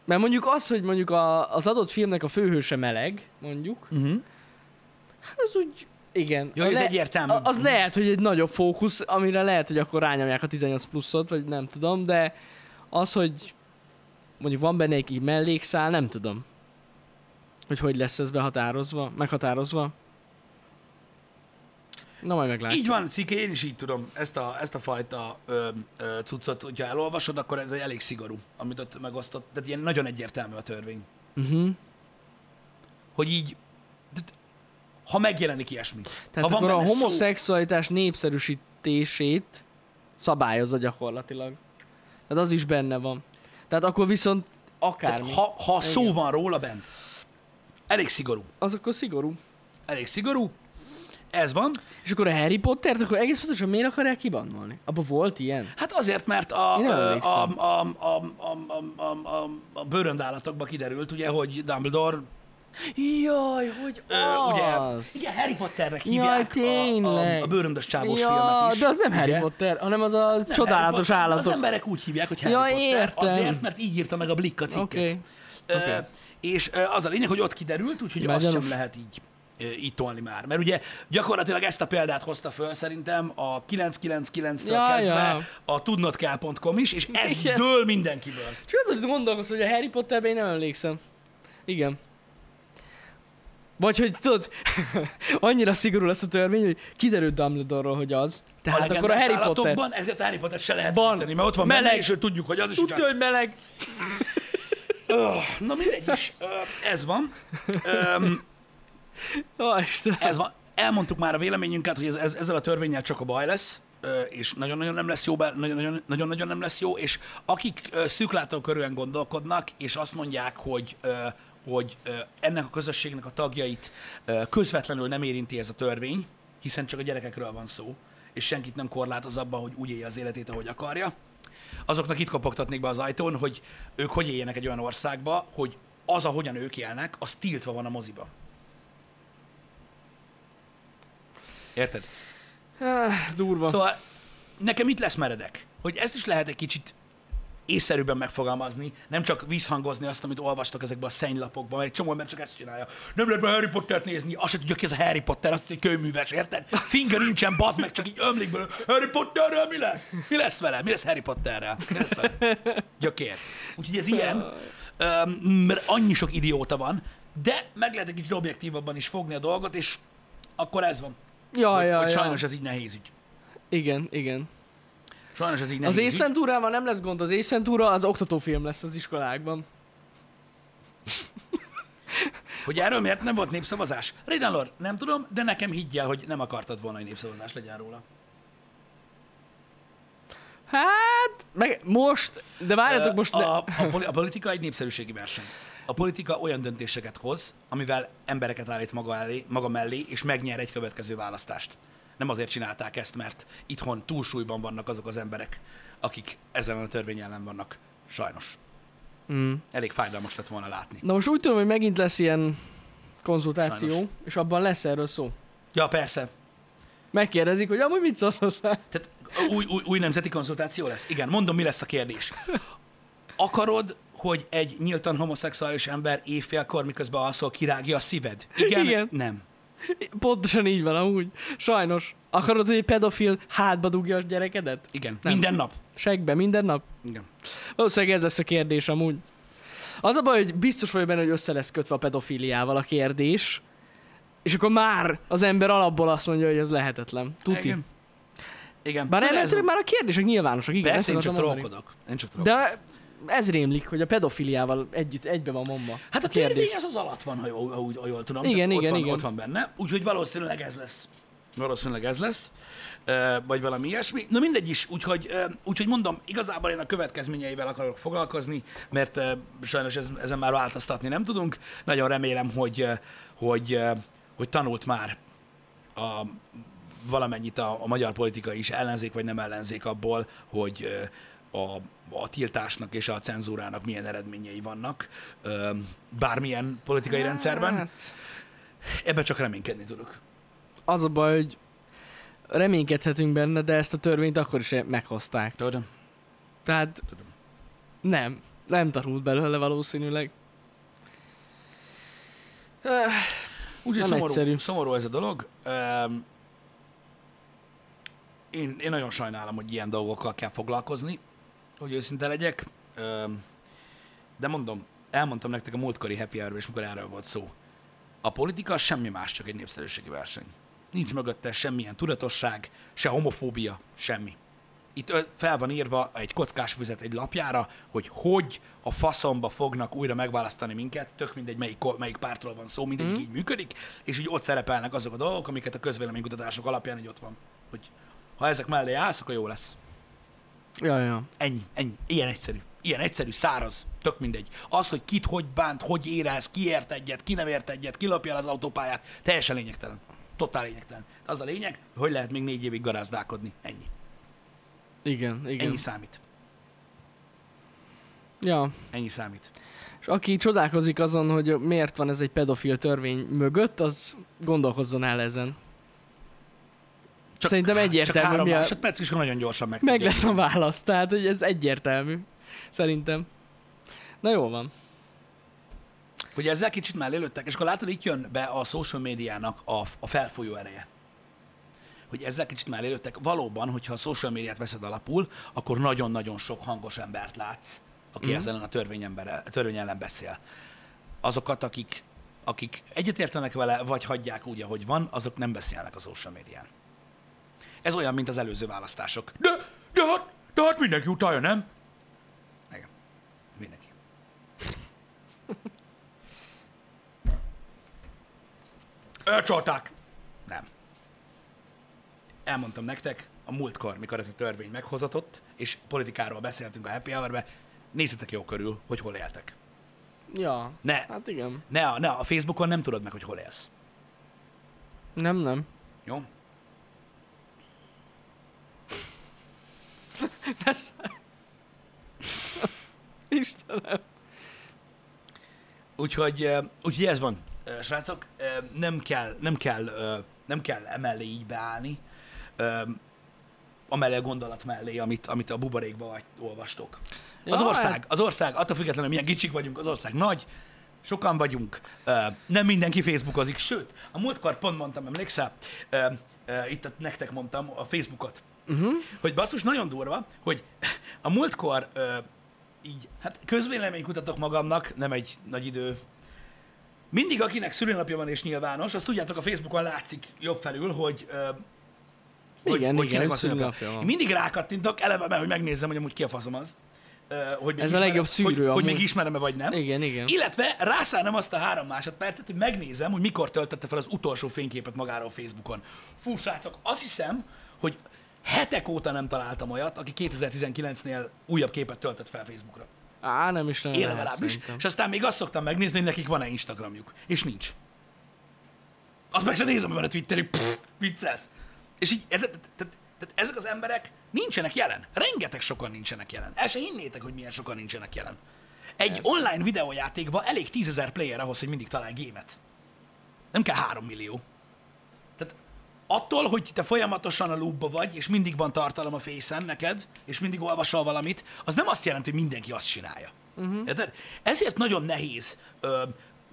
Speaker 2: Mert mondjuk az, hogy mondjuk a, az adott filmnek a főhőse meleg, mondjuk, hát
Speaker 1: Uh-huh.
Speaker 2: az úgy, igen.
Speaker 1: Jó,
Speaker 2: A
Speaker 1: ez egyértelmű.
Speaker 2: a- Az lehet, hogy egy nagyobb fókusz, amire lehet, hogy akkor rányomják a 18 pluszot, vagy nem tudom, de az, hogy mondjuk van benne egy így mellékszál, nem tudom. Hogy hogy lesz ez behatározva, meghatározva. Na majd meglátjuk.
Speaker 1: Így van, Sziki, én is így tudom. Ezt a, ezt a fajta ö, ö, cuccot, hogyha elolvasod, akkor ez egy elég szigorú, amit ott megosztott. Tehát ilyen nagyon egyértelmű a törvény.
Speaker 2: Uh-huh.
Speaker 1: Hogy így, tehát, ha megjelenik ilyesmi.
Speaker 2: Tehát
Speaker 1: ha
Speaker 2: akkor a
Speaker 1: benne szó-
Speaker 2: homoszexualitás népszerűsítését szabályozza gyakorlatilag. Tehát az is benne van. Tehát akkor viszont akármi.
Speaker 1: Tehát, ha, ha szó van róla bent. Elég szigorú.
Speaker 2: Az akkor szigorú.
Speaker 1: Elég szigorú. Ez van.
Speaker 2: És akkor a Harry Pottert, akkor egész pontosan miért akarják kibannolni? Abban volt ilyen?
Speaker 1: Hát azért, mert a,
Speaker 2: Én nem
Speaker 1: ö, a,
Speaker 2: emlékszem.
Speaker 1: a, a, a, a, a, a bőröndállatokban kiderült, ugye, hogy Dumbledore
Speaker 2: Jaj, hogy
Speaker 1: Ö, ugye, igen, Harry Potternek
Speaker 2: Jaj,
Speaker 1: hívják a, a,
Speaker 2: tényleg.
Speaker 1: a bőröndös csávós
Speaker 2: ja,
Speaker 1: filmet is.
Speaker 2: de az nem Harry
Speaker 1: ugye?
Speaker 2: Potter, hanem az a
Speaker 1: Nem,
Speaker 2: csodálatos
Speaker 1: Harry Potter-
Speaker 2: állatok.
Speaker 1: Az emberek úgy hívják, hogy Harry
Speaker 2: Ja,
Speaker 1: Potter,
Speaker 2: értem.
Speaker 1: azért, mert így írta meg a Blikka cikket.
Speaker 2: Oké.
Speaker 1: Ö,
Speaker 2: Oké.
Speaker 1: És ö, az a lényeg, hogy ott kiderült, úgyhogy
Speaker 2: Imádom.
Speaker 1: azt sem lehet így ö, így tolni már. Mert ugye gyakorlatilag ezt a példát hozta föl szerintem a 999-től
Speaker 2: Ja,
Speaker 1: kezdve
Speaker 2: ja.
Speaker 1: a tudnotkál.com is, és ez
Speaker 2: Igen.
Speaker 1: dől mindenkiből.
Speaker 2: Csak az, hogy gondolkozz, hogy a Harry Potterben én nem emlékszem. Igen. Vagy hogy tudod, (laughs) annyira szigorú lesz a törvény, hogy kiderült Dumbledore-ról, hogy az. Tehát
Speaker 1: a
Speaker 2: hát akkor a Harry Potter
Speaker 1: állatokban, ezért a Harry Potter se lehet
Speaker 2: Van.
Speaker 1: tenni, mert ott van
Speaker 2: Meleg.
Speaker 1: benne, és ő tudjuk, hogy az is
Speaker 2: tudta,
Speaker 1: csak-
Speaker 2: hogy meleg.
Speaker 1: Öh, na mindegy is, öh, ez van. Öm,
Speaker 2: Ó, Istenem.
Speaker 1: ez van. Elmondtuk már a véleményünket, hogy ez, ez, ezzel a törvényel csak a baj lesz, öh, és nagyon-nagyon nem lesz jó, be- nagyon-nagyon nagyon-nagyon nem lesz jó, és akik öh, szűklátókörűen gondolkodnak, és azt mondják, hogy öh, hogy öh, ennek a közösségnek a tagjait öh, közvetlenül nem érinti ez a törvény, hiszen csak a gyerekekről van szó, és senkit nem korlátoz abban, hogy úgy élje az életét, ahogy akarja, azoknak itt kopogtatnék be az ajtón, hogy ők hogy éljenek egy olyan országba, hogy az, ahogyan ők élnek, az tiltva van a moziba. Érted?
Speaker 2: Ah, Durva.
Speaker 1: Szóval nekem itt lesz meredek, hogy ezt is lehet egy kicsit észszerűbben megfogalmazni, nem csak visszhangozni azt, amit olvastak ezekben a szennylapokban, mert egy csomó ember csak ezt csinálja. Nem lehet már Harry Pottert nézni, azt se tudja ki ez a Harry Potter, azt egy kőműves, érted? Finger nincsen, bazd meg, csak így ömlik belőle. Harry Potterrel mi lesz? Mi lesz vele? Mi lesz Harry Potterrel? Mi lesz vele? Gyökér. Úgyhogy ez ilyen, öm, mert annyi sok idióta van, de meg lehet egy kicsit objektívabban is fogni a dolgot, és akkor ez van.
Speaker 2: Jaj,
Speaker 1: Hogy,
Speaker 2: jaj,
Speaker 1: hogy
Speaker 2: jaj.
Speaker 1: sajnos ez így nehéz ügy.
Speaker 2: Igen, igen.
Speaker 1: Sajnos ez így nem
Speaker 2: Az
Speaker 1: így.
Speaker 2: észventúrával nem lesz gond, az észventúra az oktatófilm lesz az iskolákban.
Speaker 1: Hogy erről miért nem volt népszavazás? Ridanlor, nem tudom, de nekem higgyel, hogy nem akartad volna, hogy népszavazás legyen róla.
Speaker 2: Hát, meg most, de várjatok
Speaker 1: Ö,
Speaker 2: Hát, most, ne...
Speaker 1: a, a, poli- a politika egy népszerűségi verseny. A politika olyan döntéseket hoz, amivel embereket állít maga, elé, maga mellé, és megnyer egy következő választást. Nem azért csinálták ezt, mert itthon túlsúlyban vannak azok az emberek, akik ezen a törvény ellen vannak. Sajnos.
Speaker 2: Mm.
Speaker 1: Elég fájdalmas lett volna látni.
Speaker 2: Na most úgy tudom, hogy megint lesz ilyen konzultáció,
Speaker 1: Sajnos.
Speaker 2: Sajnos. és abban lesz erről szó.
Speaker 1: Ja, persze.
Speaker 2: Megkérdezik, hogy amúgy mit szólsz hozzá.
Speaker 1: Tehát új, új, új nemzeti konzultáció lesz? Igen, mondom, mi lesz a kérdés. Akarod, hogy egy nyíltan homoszexuális ember éjfélkor, miközben alszol, kirágja a szíved? Igen,
Speaker 2: Igen.
Speaker 1: nem.
Speaker 2: Pontosan így van amúgy. Sajnos. Akarod, hogy egy pedofil hátba dugja a gyerekedet?
Speaker 1: Igen, nem.
Speaker 2: Nem.
Speaker 1: minden nap.
Speaker 2: Segbe, minden nap?
Speaker 1: Igen.
Speaker 2: Valószínűleg ez lesz a kérdés amúgy. Az a baj, hogy biztos vagyok benne, hogy össze lesz kötve a pedofiliával a kérdés, és akkor már az ember alapból azt mondja, hogy ez lehetetlen. Tuti.
Speaker 1: Igen. Igen.
Speaker 2: Bár
Speaker 1: Na, de ez
Speaker 2: elméletileg
Speaker 1: van.
Speaker 2: már a kérdések nyilvánosak, igen. ezt
Speaker 1: Persze, én csak
Speaker 2: akartam mondani.
Speaker 1: trollkodok. Én csak trollkodok.
Speaker 2: De ez rémlik, hogy a pedofiliával együtt egybe van mondva.
Speaker 1: Hát a kérdés az az alatt van, ha jól, ha úgy- ha jól tudom.
Speaker 2: Igen,
Speaker 1: Tehát ott
Speaker 2: igen,
Speaker 1: van,
Speaker 2: igen.
Speaker 1: Ott van benne, úgyhogy valószínűleg ez lesz. Valószínűleg ez lesz, Ö, vagy valami ilyesmi. Na mindegy is, úgyhogy, ö, úgyhogy mondom, igazából én a következményeivel akarok foglalkozni, mert ö, sajnos ez, ezen már változtatni nem tudunk. Nagyon remélem, hogy, ö, hogy, ö, hogy tanult már a, valamennyit a, a magyar politika is ellenzék vagy nem ellenzék abból, hogy ö, a, a tiltásnak és a cenzúrának milyen eredményei vannak ö, bármilyen politikai rendszerben. Ebbe csak reménykedni tudok.
Speaker 2: Az a baj, hogy reménykedhetünk benne, de ezt a törvényt akkor is meghozták.
Speaker 1: Tudom.
Speaker 2: Tehát
Speaker 1: Tudom.
Speaker 2: nem, nem tanult belőle valószínűleg. Öh,
Speaker 1: Úgyhogy
Speaker 2: Nem
Speaker 1: szomorú,
Speaker 2: egyszerű.
Speaker 1: szomorú ez a dolog. Öm, én, én nagyon sajnálom, hogy ilyen dolgokkal kell foglalkozni, hogy őszinte legyek. Öm, de mondom, elmondtam nektek a múltkori happy hour és mikor erről volt szó. A politika az semmi más, csak egy népszerűségi verseny. Nincs mögötte semmilyen tudatosság, se homofóbia, semmi. Itt ö- fel van írva egy kockás füzet egy lapjára, hogy hogy a faszomba fognak újra megválasztani minket, tök mindegy, melyik, ko- melyik pártról van szó, mindegy, mm. így működik, és így ott szerepelnek azok a dolgok, amiket a közvéleménykutatások alapján így ott van. Hogy ha ezek mellé állsz, akkor jó lesz.
Speaker 2: ja, ja.
Speaker 1: Ennyi, ennyi. Ilyen egyszerű. Ilyen egyszerű, száraz. Tök mindegy. Az, hogy kit hogy bánt, hogy érez, ki ért egyet, ki nem ért egyet, ki lopja el az autópályát, teljesen lényegtelen. Totál lényegtelen. Az a lényeg, hogy lehet még négy évig garázdálkodni. Ennyi.
Speaker 2: Igen, igen.
Speaker 1: Ennyi számít.
Speaker 2: Ja.
Speaker 1: Ennyi számít.
Speaker 2: És aki csodálkozik azon, hogy miért van ez egy pedofil törvény mögött, az gondolkozzon el ezen.
Speaker 1: Csak,
Speaker 2: Szerintem egyértelmű,
Speaker 1: Csak három
Speaker 2: mi a-
Speaker 1: másodperc is nagyon gyorsan meg.
Speaker 2: Meg lesz a válasz, tehát hogy ez egyértelmű. Szerintem. Na jó van.
Speaker 1: Hogy ezzel kicsit már lelőttek, és akkor látod, itt jön be a social médiának a, a felfolyó ereje. Hogy ezzel kicsit már lelőttek. Valóban, hogyha a social médiát veszed alapul, akkor nagyon-nagyon sok hangos embert látsz, aki mm-hmm. ezzel a törvény, ember, törvény ellen beszél. Azokat, akik, akik egyetértenek vele, vagy hagyják úgy, ahogy van, azok nem beszélnek a social médián. Ez olyan, mint az előző választások. De, de hát, de hát mindenki utálja, nem? Igen. Mindenki. Elcsalták! Nem. Elmondtam nektek, a múltkor, mikor ez a törvény meghozatott, és politikáról beszéltünk a happy hour nézzetek jó körül, hogy hol éltek.
Speaker 2: Ja.
Speaker 1: Ne,
Speaker 2: Hát igen.
Speaker 1: ne, a- ne, a Facebookon nem tudod meg, hogy hol élsz.
Speaker 2: Nem, nem.
Speaker 1: Jó?
Speaker 2: Ez... (laughs) Istenem.
Speaker 1: Úgyhogy, ö, úgyhogy ez van, Ö, srácok. Ö, Nem kell, nem kell, ö, nem kell emellé így beállni, ö, amellé a gondolat mellé, amit, amit a buborékba vagy, olvastok. Az
Speaker 2: Ja,
Speaker 1: ország,
Speaker 2: hát-
Speaker 1: az ország, attól függetlenül, hogy milyen kicsik vagyunk, az ország nagy, sokan vagyunk, ö, nem mindenki Facebookozik, sőt, a múltkor pont mondtam, emlékszel, Ö, ö, itt a- nektek mondtam a Facebookot, uh-huh. hogy basszus, nagyon durva, hogy (laughs) a múltkor ö, így, hát közvélemény kutatok magamnak, nem egy nagy idő mindig akinek szülőnapja van és nyilvános, azt tudjátok, a Facebookon látszik jobb felül, hogy ö, hogy,
Speaker 2: Igen,
Speaker 1: hogy kinek
Speaker 2: igen, hogy
Speaker 1: van szülőnapja.
Speaker 2: szülőnapja van.
Speaker 1: Én mindig rákattintok, eleve, mert hogy megnézzem, hogy amúgy ki a faszom az. Ö, hogy még
Speaker 2: Ez a legjobb szűrő
Speaker 1: hogy, hogy
Speaker 2: amúgy.
Speaker 1: még ismerem-e vagy nem.
Speaker 2: Igen, igen.
Speaker 1: Illetve rászállnám azt a három másodpercet, hogy megnézem, hogy mikor töltötte fel az utolsó fényképet magáról Facebookon. Fú, srácok, azt hiszem, hogy hetek óta nem találtam olyat, aki 2019-nél újabb képet töltött fel Facebookra.
Speaker 2: Á, nem is nem
Speaker 1: Én legalábbis.
Speaker 2: szerintem.
Speaker 1: És aztán még azt szoktam megnézni, hogy nekik van-e Instagramjuk. És nincs. Azt meg sem nézem, hogy van a Twitterük. Pff, viccelsz. És így, érted? tehát, tehát, tehát ezek az emberek nincsenek jelen. Rengeteg sokan nincsenek jelen. El se hinnétek, hogy milyen sokan nincsenek jelen. Egy online videójátékba elég tízezer player ahhoz, hogy mindig talál gémet. Nem kell három millió. Tehát attól, hogy te folyamatosan a lúbba vagy, és mindig van tartalom a fészen neked, és mindig olvasol valamit, az nem azt jelenti, hogy mindenki azt csinálja. Uh-huh. Érted? Ezért nagyon nehéz ö,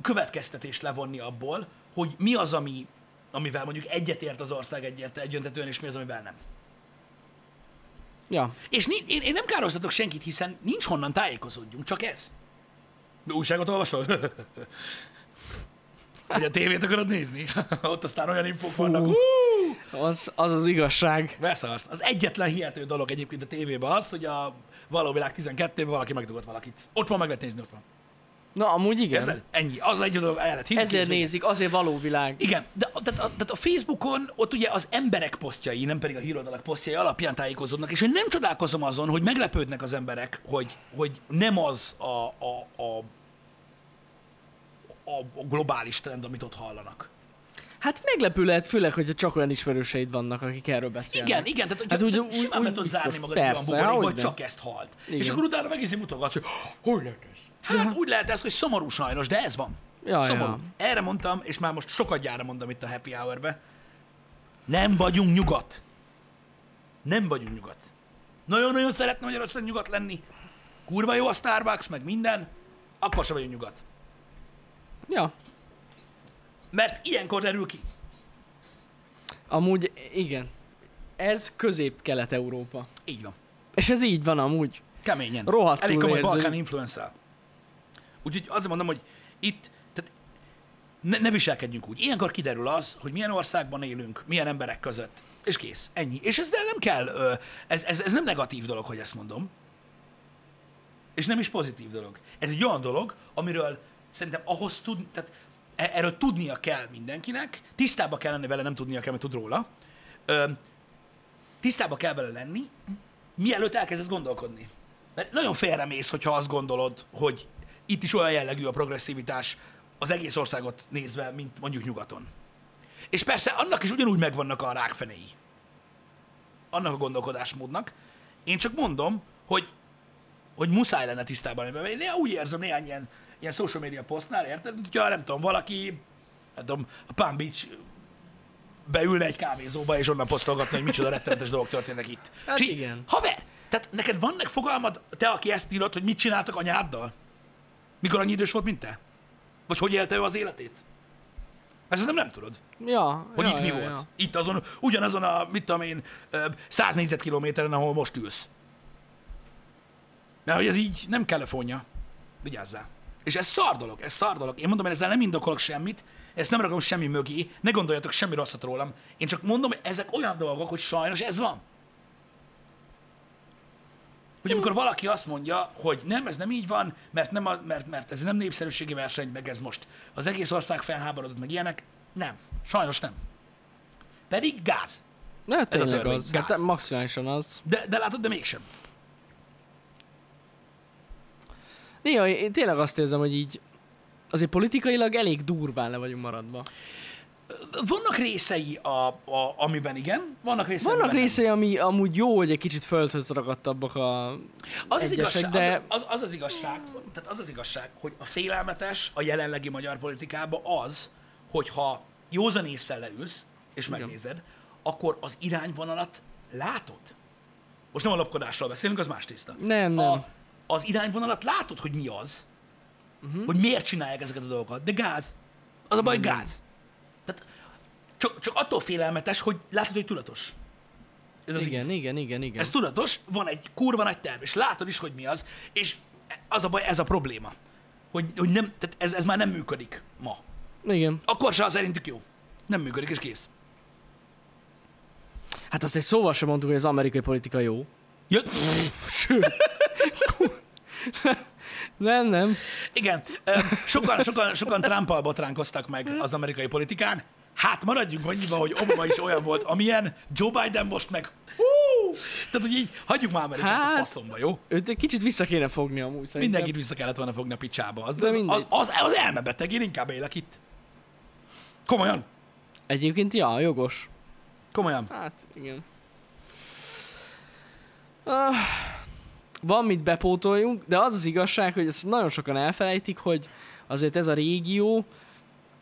Speaker 1: következtetést levonni abból, hogy mi az, ami, amivel mondjuk egyetért az ország egyet, egyöntetően, és mi az, amivel nem.
Speaker 2: Ja,
Speaker 1: És ni- én, én nem károztatok senkit, hiszen nincs honnan tájékozódjunk, csak ez. De újságot olvasol? (laughs) Hogy a tévét akarod nézni? (laughs) Ott aztán olyan infók vannak. Hú!
Speaker 2: az az, az igazság.
Speaker 1: Beszarsz. Az egyetlen hihető dolog egyébként a tévében az, hogy a való világ 12-ben valaki megdugott valakit. Ott van, meg lehet nézni, ott van.
Speaker 2: Na, amúgy igen.
Speaker 1: Érted? Ennyi. Az egy dolog, el lehet hinni.
Speaker 2: Ezért
Speaker 1: kész, vége.
Speaker 2: nézik, azért való világ.
Speaker 1: Igen, de tehát a, tehát a Facebookon ott ugye az emberek posztjai, nem pedig a híroldalak posztjai alapján tájékozódnak, és én nem csodálkozom azon, hogy meglepődnek az emberek, hogy, hogy nem az a, a, a, a, a globális trend, amit ott hallanak.
Speaker 2: Hát meglepő lehet, főleg, hogyha csak olyan ismerőseid vannak, akik erről beszélnek.
Speaker 1: Igen, igen, tehát,
Speaker 2: Hát
Speaker 1: hogy
Speaker 2: úgy-
Speaker 1: hát, úgy,
Speaker 2: úgy-
Speaker 1: simán be
Speaker 2: úgy
Speaker 1: tudod
Speaker 2: biztos,
Speaker 1: zárni magad
Speaker 2: persze,
Speaker 1: egy olyan buborékba, hogy
Speaker 2: hogyne.
Speaker 1: csak ezt halt. És
Speaker 2: Igen.
Speaker 1: akkor utána megint mutogatsz, hogy hogy lehet ez? Hát úgy lehet ez, hogy szomorú sajnos, de ez van.
Speaker 2: Ja,
Speaker 1: Szomorú.
Speaker 2: ja.
Speaker 1: Erre mondtam, és már most sokadjára mondom itt a happy hour-be. Nem vagyunk nyugat. Nem vagyunk nyugat. Nagyon-nagyon szeretne Magyarország nyugat lenni. Kurva jó a Starbucks, meg minden. Akkor sem vagyunk nyugat.
Speaker 2: Ja.
Speaker 1: Mert ilyenkor derül ki.
Speaker 2: Amúgy igen. Ez közép-kelet-európa.
Speaker 1: Így van.
Speaker 2: És ez így van amúgy.
Speaker 1: Keményen.
Speaker 2: Rohadtul
Speaker 1: Elég komoly
Speaker 2: érző.
Speaker 1: balkán influenza. Úgyhogy azért mondom, hogy itt, tehát ne, ne viselkedjünk úgy. Ilyenkor kiderül az, hogy milyen országban élünk, milyen emberek között. És kész. Ennyi. És ezzel nem kell, ö, ez, ez, ez nem negatív dolog, hogy ezt mondom. És nem is pozitív dolog. Ez egy olyan dolog, amiről szerintem ahhoz tud, tehát e- erről tudnia kell mindenkinek, tisztába kell lenni vele, nem tudnia kell, mert tud róla. Ö, tisztába kell vele lenni, mielőtt elkezdesz gondolkodni. Mert nagyon félremész, hogyha azt gondolod, hogy itt is olyan jellegű a progresszivitás az egész országot nézve, mint mondjuk nyugaton. És persze annak is ugyanúgy megvannak a rákfenéi. Annak a gondolkodásmódnak. Én csak mondom, hogy, hogy muszáj lenne tisztában lenni. vele. Én néha úgy érzem néhány ilyen, ilyen social media posztnál, érted? Mint Hogyha nem tudom, valaki, nem tudom, a Palm Beach beülne egy kávézóba, és onnan posztolgatna, hogy micsoda rettenetes dolgok történnek itt.
Speaker 2: Hát
Speaker 1: És így,
Speaker 2: igen.
Speaker 1: Haver, tehát neked van nek fogalmad, te, aki ezt írod, hogy mit csináltak anyáddal? Mikor annyi idős volt, mint te? Vagy hogy élte ő az életét? Ezt nem, nem tudod,
Speaker 2: Ja.
Speaker 1: hogy
Speaker 2: ja,
Speaker 1: itt mi
Speaker 2: ja,
Speaker 1: volt.
Speaker 2: Ja.
Speaker 1: Itt azon, ugyanazon a, mit tudom én, ö, 100 négyzetkilométeren, ahol most ülsz. Mert hogy ez így nem telefonja. Vigyázzál. És ez szar dolog, ez szar dolog. Én mondom, én ezzel nem indokolok semmit, ezt nem rakom semmi mögé, ne gondoljatok semmi rosszat rólam. Én csak mondom, hogy ezek olyan dolgok, hogy sajnos ez van. Hogy amikor valaki azt mondja, hogy nem, ez nem így van, mert, nem a, mert, mert ez nem népszerűségi verseny, meg ez most az egész ország felháborodott, meg ilyenek, nem. Sajnos nem. Pedig gáz.
Speaker 2: Na, hát
Speaker 1: Ez a
Speaker 2: tényleg
Speaker 1: törvény,
Speaker 2: az. Hát
Speaker 1: gáz.
Speaker 2: maximálisan az.
Speaker 1: De, de látod, de mégsem.
Speaker 2: Néha én tényleg azt érzem, hogy így azért politikailag elég durván le vagyunk maradva.
Speaker 1: Vannak részei, a, a, amiben igen, vannak részei,
Speaker 2: Vannak
Speaker 1: amiben nem.
Speaker 2: részei, ami amúgy jó, hogy egy kicsit földhöz ragadtabbak a...
Speaker 1: Az az,
Speaker 2: egyesek,
Speaker 1: igazság,
Speaker 2: de-
Speaker 1: de... az, az, az igazság, tehát az az igazság, hogy a félelmetes a jelenlegi magyar politikában az, hogyha józan észre leülsz, és megnézed, akkor az irányvonalat látod. Most nem a lopkodásról beszélünk, az más tészta.
Speaker 2: Nem, nem.
Speaker 1: A, az irányvonalat látod, hogy mi az,
Speaker 2: Mhm.
Speaker 1: uh-huh. hogy miért csinálják ezeket a dolgokat. De gáz. Az a baj, uh-huh. gáz. Tehát csak, csak attól félelmetes, hogy látod, hogy tudatos. Ez az
Speaker 2: Igen,
Speaker 1: ív.
Speaker 2: igen, igen, igen.
Speaker 1: Ez tudatos, van egy kurva nagy terv, és látod is, hogy mi az, és az a baj, ez a probléma. Hogy, hogy nem, tehát ez, ez már nem működik ma.
Speaker 2: Igen.
Speaker 1: Akkor se az szerintük jó. Nem működik, és kész.
Speaker 2: Hát azt egy szóval sem mondtuk, hogy az amerikai politika jó.
Speaker 1: Jött.
Speaker 2: Sőt. (laughs) nem, nem.
Speaker 1: Igen, ö, sokan, sokan, sokan Trumpal botránkoztak meg az amerikai politikán. Hát maradjunk annyiban, hogy Obama is olyan volt, amilyen, Joe Biden most meg. Hú! Tehát, hogy így hagyjuk már Amerikát hát... a
Speaker 2: Hát.
Speaker 1: faszomba, jó? Őt
Speaker 2: Őt egy kicsit vissza kéne fogni amúgy szerintem.
Speaker 1: Mindenkit vissza kellett volna fogni a picsába. Az,
Speaker 2: De
Speaker 1: az, az,
Speaker 2: mindegy.
Speaker 1: az, az elmebeteg, én inkább élek itt. Komolyan,
Speaker 2: Egyébként, ja, jogos.
Speaker 1: komolyan.
Speaker 2: Hát, igen. Ah, van mit bepótoljunk, de az az igazság, hogy ezt nagyon sokan elfelejtik, hogy azért ez a régió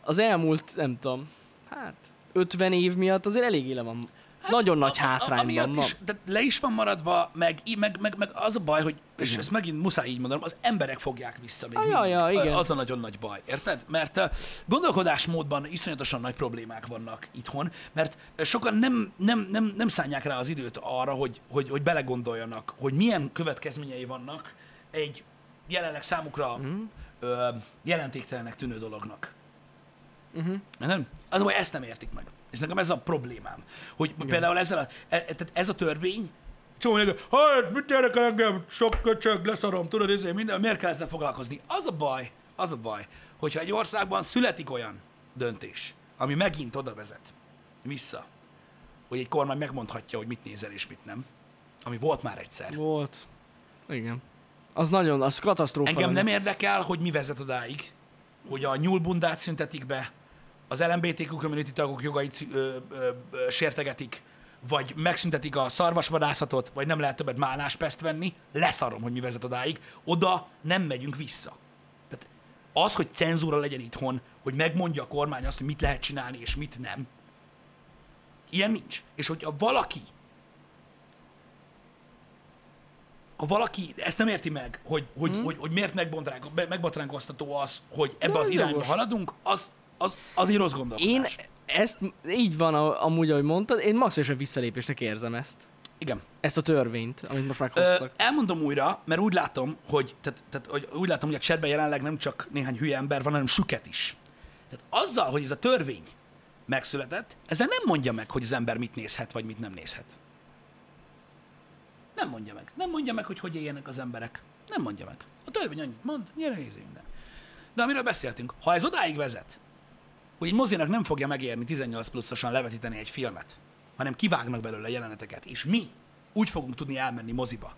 Speaker 2: az elmúlt, nem tudom, hát 50 év miatt azért eléggé le van. Hát, nagyon nagy
Speaker 1: A- a-
Speaker 2: hátrányban
Speaker 1: amiatt
Speaker 2: van.
Speaker 1: Is, de le is van maradva, meg, í- meg, meg, meg az a baj, hogy, és ezt megint muszáj így mondanom, az emberek fogják vissza még
Speaker 2: Ah, ja,
Speaker 1: mindig.
Speaker 2: ja,
Speaker 1: Ö,
Speaker 2: igen.
Speaker 1: Az a nagyon nagy baj, érted? Mert ö, gondolkodásmódban iszonyatosan nagy problémák vannak itthon, mert ö, sokan nem, nem, nem, nem szánják rá az időt arra, hogy, hogy, hogy belegondoljanak, hogy milyen következményei vannak egy jelenleg számukra
Speaker 2: Mhm.
Speaker 1: mm. ö, jelentéktelenek tűnő dolognak. Nem? Az a baj, ezt nem értik meg. És nekem ez a problémám. Hogy Igen. például ezzel a, e, e- tehát ez a törvény, csomó mindenki, hát mit érdekel engem, sok köcsög, leszarom, tudod, ezért minden, miért kell ezzel foglalkozni? Az a baj, az a baj, hogyha egy országban születik olyan döntés, ami megint oda vezet, vissza, hogy egy kormány megmondhatja, hogy mit nézel és mit nem, ami volt már egyszer.
Speaker 2: Volt. Igen. Az nagyon, az katasztrófa.
Speaker 1: Engem
Speaker 2: lenne.
Speaker 1: nem érdekel, hogy mi vezet odáig, hogy a nyúlbundát szüntetik be, az LMBTQ community tagok jogait szü- ö, ö, ö, sértegetik, vagy megszüntetik a szarvasvadászatot, vagy nem lehet többet máláspeszt venni, leszarom, hogy mi vezet odáig, oda nem megyünk vissza. Tehát az, hogy cenzúra legyen itthon, hogy megmondja a kormány azt, hogy mit lehet csinálni és mit nem, ilyen nincs. És hogyha valaki ha valaki ezt nem érti meg, hogy, hogy, hogy, hogy miért megbontránk- me- megbontránkoztató az, hogy ebbe
Speaker 2: Hmm? De
Speaker 1: az
Speaker 2: az
Speaker 1: irányba
Speaker 2: jogos.
Speaker 1: haladunk, az, az, az így rossz gondolkodás.
Speaker 2: Én ezt, így van a- amúgy, ahogy mondtad, én maximálisan visszalépésnek érzem ezt.
Speaker 1: Igen.
Speaker 2: Ezt a törvényt, amit most
Speaker 1: Ö,
Speaker 2: meghoztak.
Speaker 1: elmondom újra, mert úgy látom, hogy, tehát, tehát, hogy úgy látom, hogy a csetben jelenleg nem csak néhány hülye ember van, hanem süket is. Tehát azzal, hogy ez a törvény megszületett, ezzel nem mondja meg, hogy az ember mit nézhet, vagy mit nem nézhet. Nem mondja meg. Nem mondja meg, hogy hogy éljenek az emberek. Nem mondja meg. A törvény annyit mond, gyere nézzél minden. De amiről beszéltünk, ha ez odáig vezet, hogy egy mozinak nem fogja megérni 18 pluszosan levetíteni egy filmet, hanem kivágnak belőle jeleneteket, és mi úgy fogunk tudni elmenni moziba,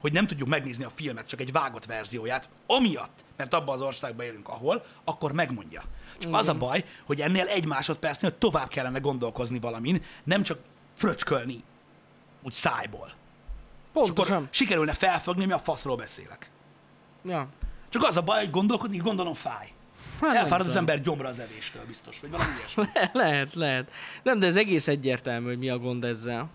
Speaker 1: hogy nem tudjuk megnézni a filmet, csak egy vágott verzióját, amiatt, mert abban az országban élünk, ahol, akkor megmondja. Csak az a baj, hogy ennél egy másodpercnél tovább kellene gondolkozni valamin, nem csak fröcskölni úgy szájból. És
Speaker 2: Pontosan.
Speaker 1: akkor sikerülne felfogni, mi a faszról beszélek.
Speaker 2: Ja.
Speaker 1: Csak az a baj, hogy gondolkodni, gondolom fáj.
Speaker 2: Hát nem
Speaker 1: Elfárad az
Speaker 2: tudom.
Speaker 1: ember gyomra az evéstől biztos, vagy valami ilyesmi.
Speaker 2: (laughs) Lehet, lehet. Nem, de ez egész egyértelmű, hogy mi a gond ezzel.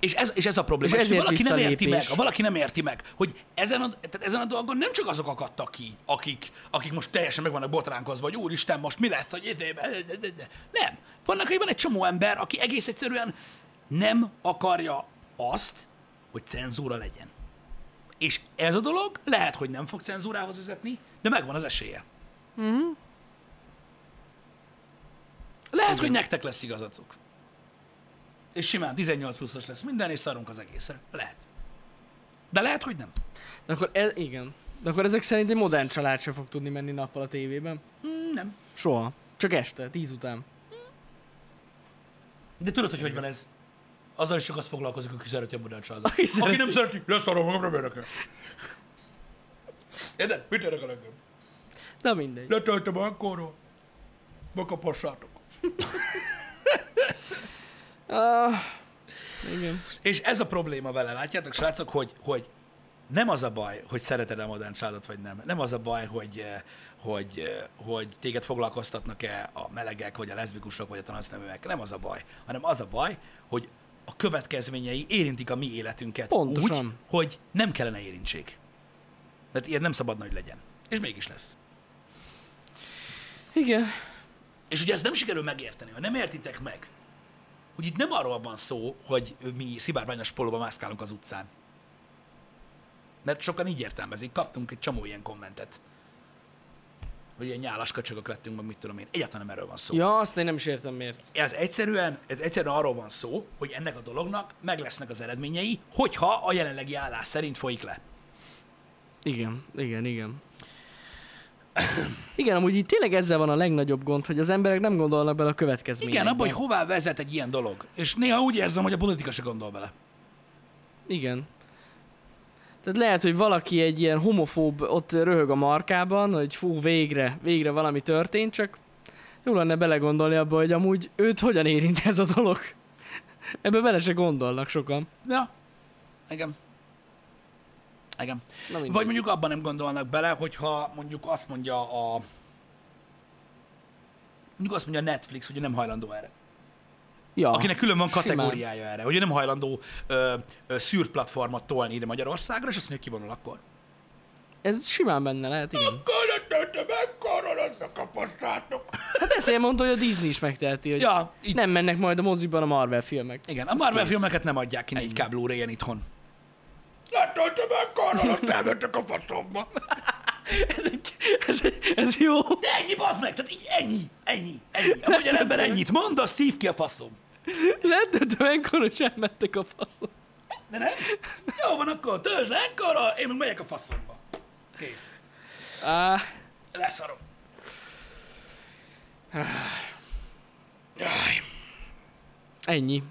Speaker 1: És ez, és ez a probléma.
Speaker 2: És
Speaker 1: És, és
Speaker 2: ezért
Speaker 1: valaki nem érti meg,
Speaker 2: visszalépés.
Speaker 1: ha valaki nem érti meg, hogy ezen a, tehát ezen a dolgon nem csak azok akadtak ki, akik, akik most teljesen meg vannak botránkozva, hogy úristen, most mi lesz, hogy idében... Nem. Vannak, hogy van egy csomó ember, aki egész egyszerűen nem akarja azt, hogy cenzúra legyen. És ez a dolog lehet, hogy nem fog cenzúrához vezetni, de megvan az esélye. Mm-hmm. Lehet, hogy nektek lesz igazatok. És simán 18 pluszos lesz minden, és szarunk az egészre. Lehet. De lehet, hogy nem.
Speaker 2: De akkor ez, igen. De akkor ezek szerint egy modern család sem fog tudni menni nappal a tévében.
Speaker 1: Nem.
Speaker 2: Soha. Csak este, tíz után.
Speaker 1: De tudod, hogy hogy van ez? Azzal is sokat foglalkozik, aki szereti a modern családot.
Speaker 2: Aki
Speaker 1: Aki,
Speaker 2: szereti.
Speaker 1: nem szereti, lesz arra magam, nem érdekel. Érted? Mit érdekel engem?
Speaker 2: De mindegy.
Speaker 1: Letöltöm a akkorról. Bekapassátok.
Speaker 2: Ah, igen.
Speaker 1: És ez a probléma vele, látjátok, srácok, hogy, hogy nem az a baj, hogy szereted a modern családot, vagy nem. Nem az a baj, hogy, eh, hogy, eh, hogy téged foglalkoztatnak-e a melegek, vagy a leszbikusok, vagy a transzneműek. Nem az a baj. Hanem az a baj, hogy a következményei érintik a mi életünket
Speaker 2: Pontosan.
Speaker 1: úgy, hogy nem kellene érintsék. Mert ilyen nem szabadna, hogy legyen. És mégis lesz.
Speaker 2: Igen.
Speaker 1: És ugye ezt nem sikerül megérteni, ha nem értitek meg, hogy itt nem arról van szó, hogy mi szivárványos pólóba mászkálunk az utcán. Mert sokan így értelmezik, kaptunk egy csomó ilyen kommentet. Hogy ilyen nyálas kacsogok lettünk, meg mit tudom én. Egyáltalán nem erről van szó.
Speaker 2: Ja, azt én nem is értem miért.
Speaker 1: Ez egyszerűen, ez egyszerűen arról van szó, hogy ennek a dolognak meg lesznek az eredményei, hogyha a jelenlegi állás szerint folyik le.
Speaker 2: Igen, igen, igen. Igen, amúgy itt tényleg ezzel van a legnagyobb gond, hogy az emberek nem gondolnak bele a következményekbe.
Speaker 1: Igen, abban, hogy hová vezet egy ilyen dolog. És néha úgy érzem, hogy a politika se gondol bele.
Speaker 2: Igen. Tehát lehet, hogy valaki egy ilyen homofób ott röhög a markában, hogy fú, végre, végre valami történt, csak jó lenne belegondolni abba, hogy amúgy őt hogyan érint ez a dolog. Ebbe bele se gondolnak sokan.
Speaker 1: Ja. Igen. Igen.
Speaker 2: Na mindegy.
Speaker 1: Vagy mondjuk abban nem gondolnak bele, hogyha mondjuk azt mondja a... Mondjuk azt mondja a Netflix, hogy ő nem hajlandó erre.
Speaker 2: ja,
Speaker 1: Akinek külön van
Speaker 2: simán.
Speaker 1: kategóriája erre, hogy ő nem hajlandó ö, ö, szűrt platformot tolni ide Magyarországra, és azt mondja, hogy kivonul akkor.
Speaker 2: Ez simán benne lehet, igen.
Speaker 1: Körülöttem ekkorral, azt a kapasztátok.
Speaker 2: Hát ezért mondta, hogy a Disney is megteheti, hogy ja,
Speaker 1: Ja, így,
Speaker 2: nem mennek majd a moziban a Marvel filmek.
Speaker 1: igen. A Marvel filmeket nem adják ki 4K Blu-ray-en itthon. Letöltöm ekkorral, azt elmentek a faszomba.
Speaker 2: Ez, egy, ez, egy, ez jó.
Speaker 1: De ennyi, bazd meg! Tehát így ennyi, ennyi, ennyi. A magyar ember ennyit mond, az szív ki a faszom.
Speaker 2: Letöltöm ekkor, hogy sem mentek a faszon.
Speaker 1: De nem? Jó van, akkor törzs le ekkora, én meg megyek a faszomba. Kész.
Speaker 2: Á,
Speaker 1: Leszarom. Jaj.
Speaker 2: ennyi.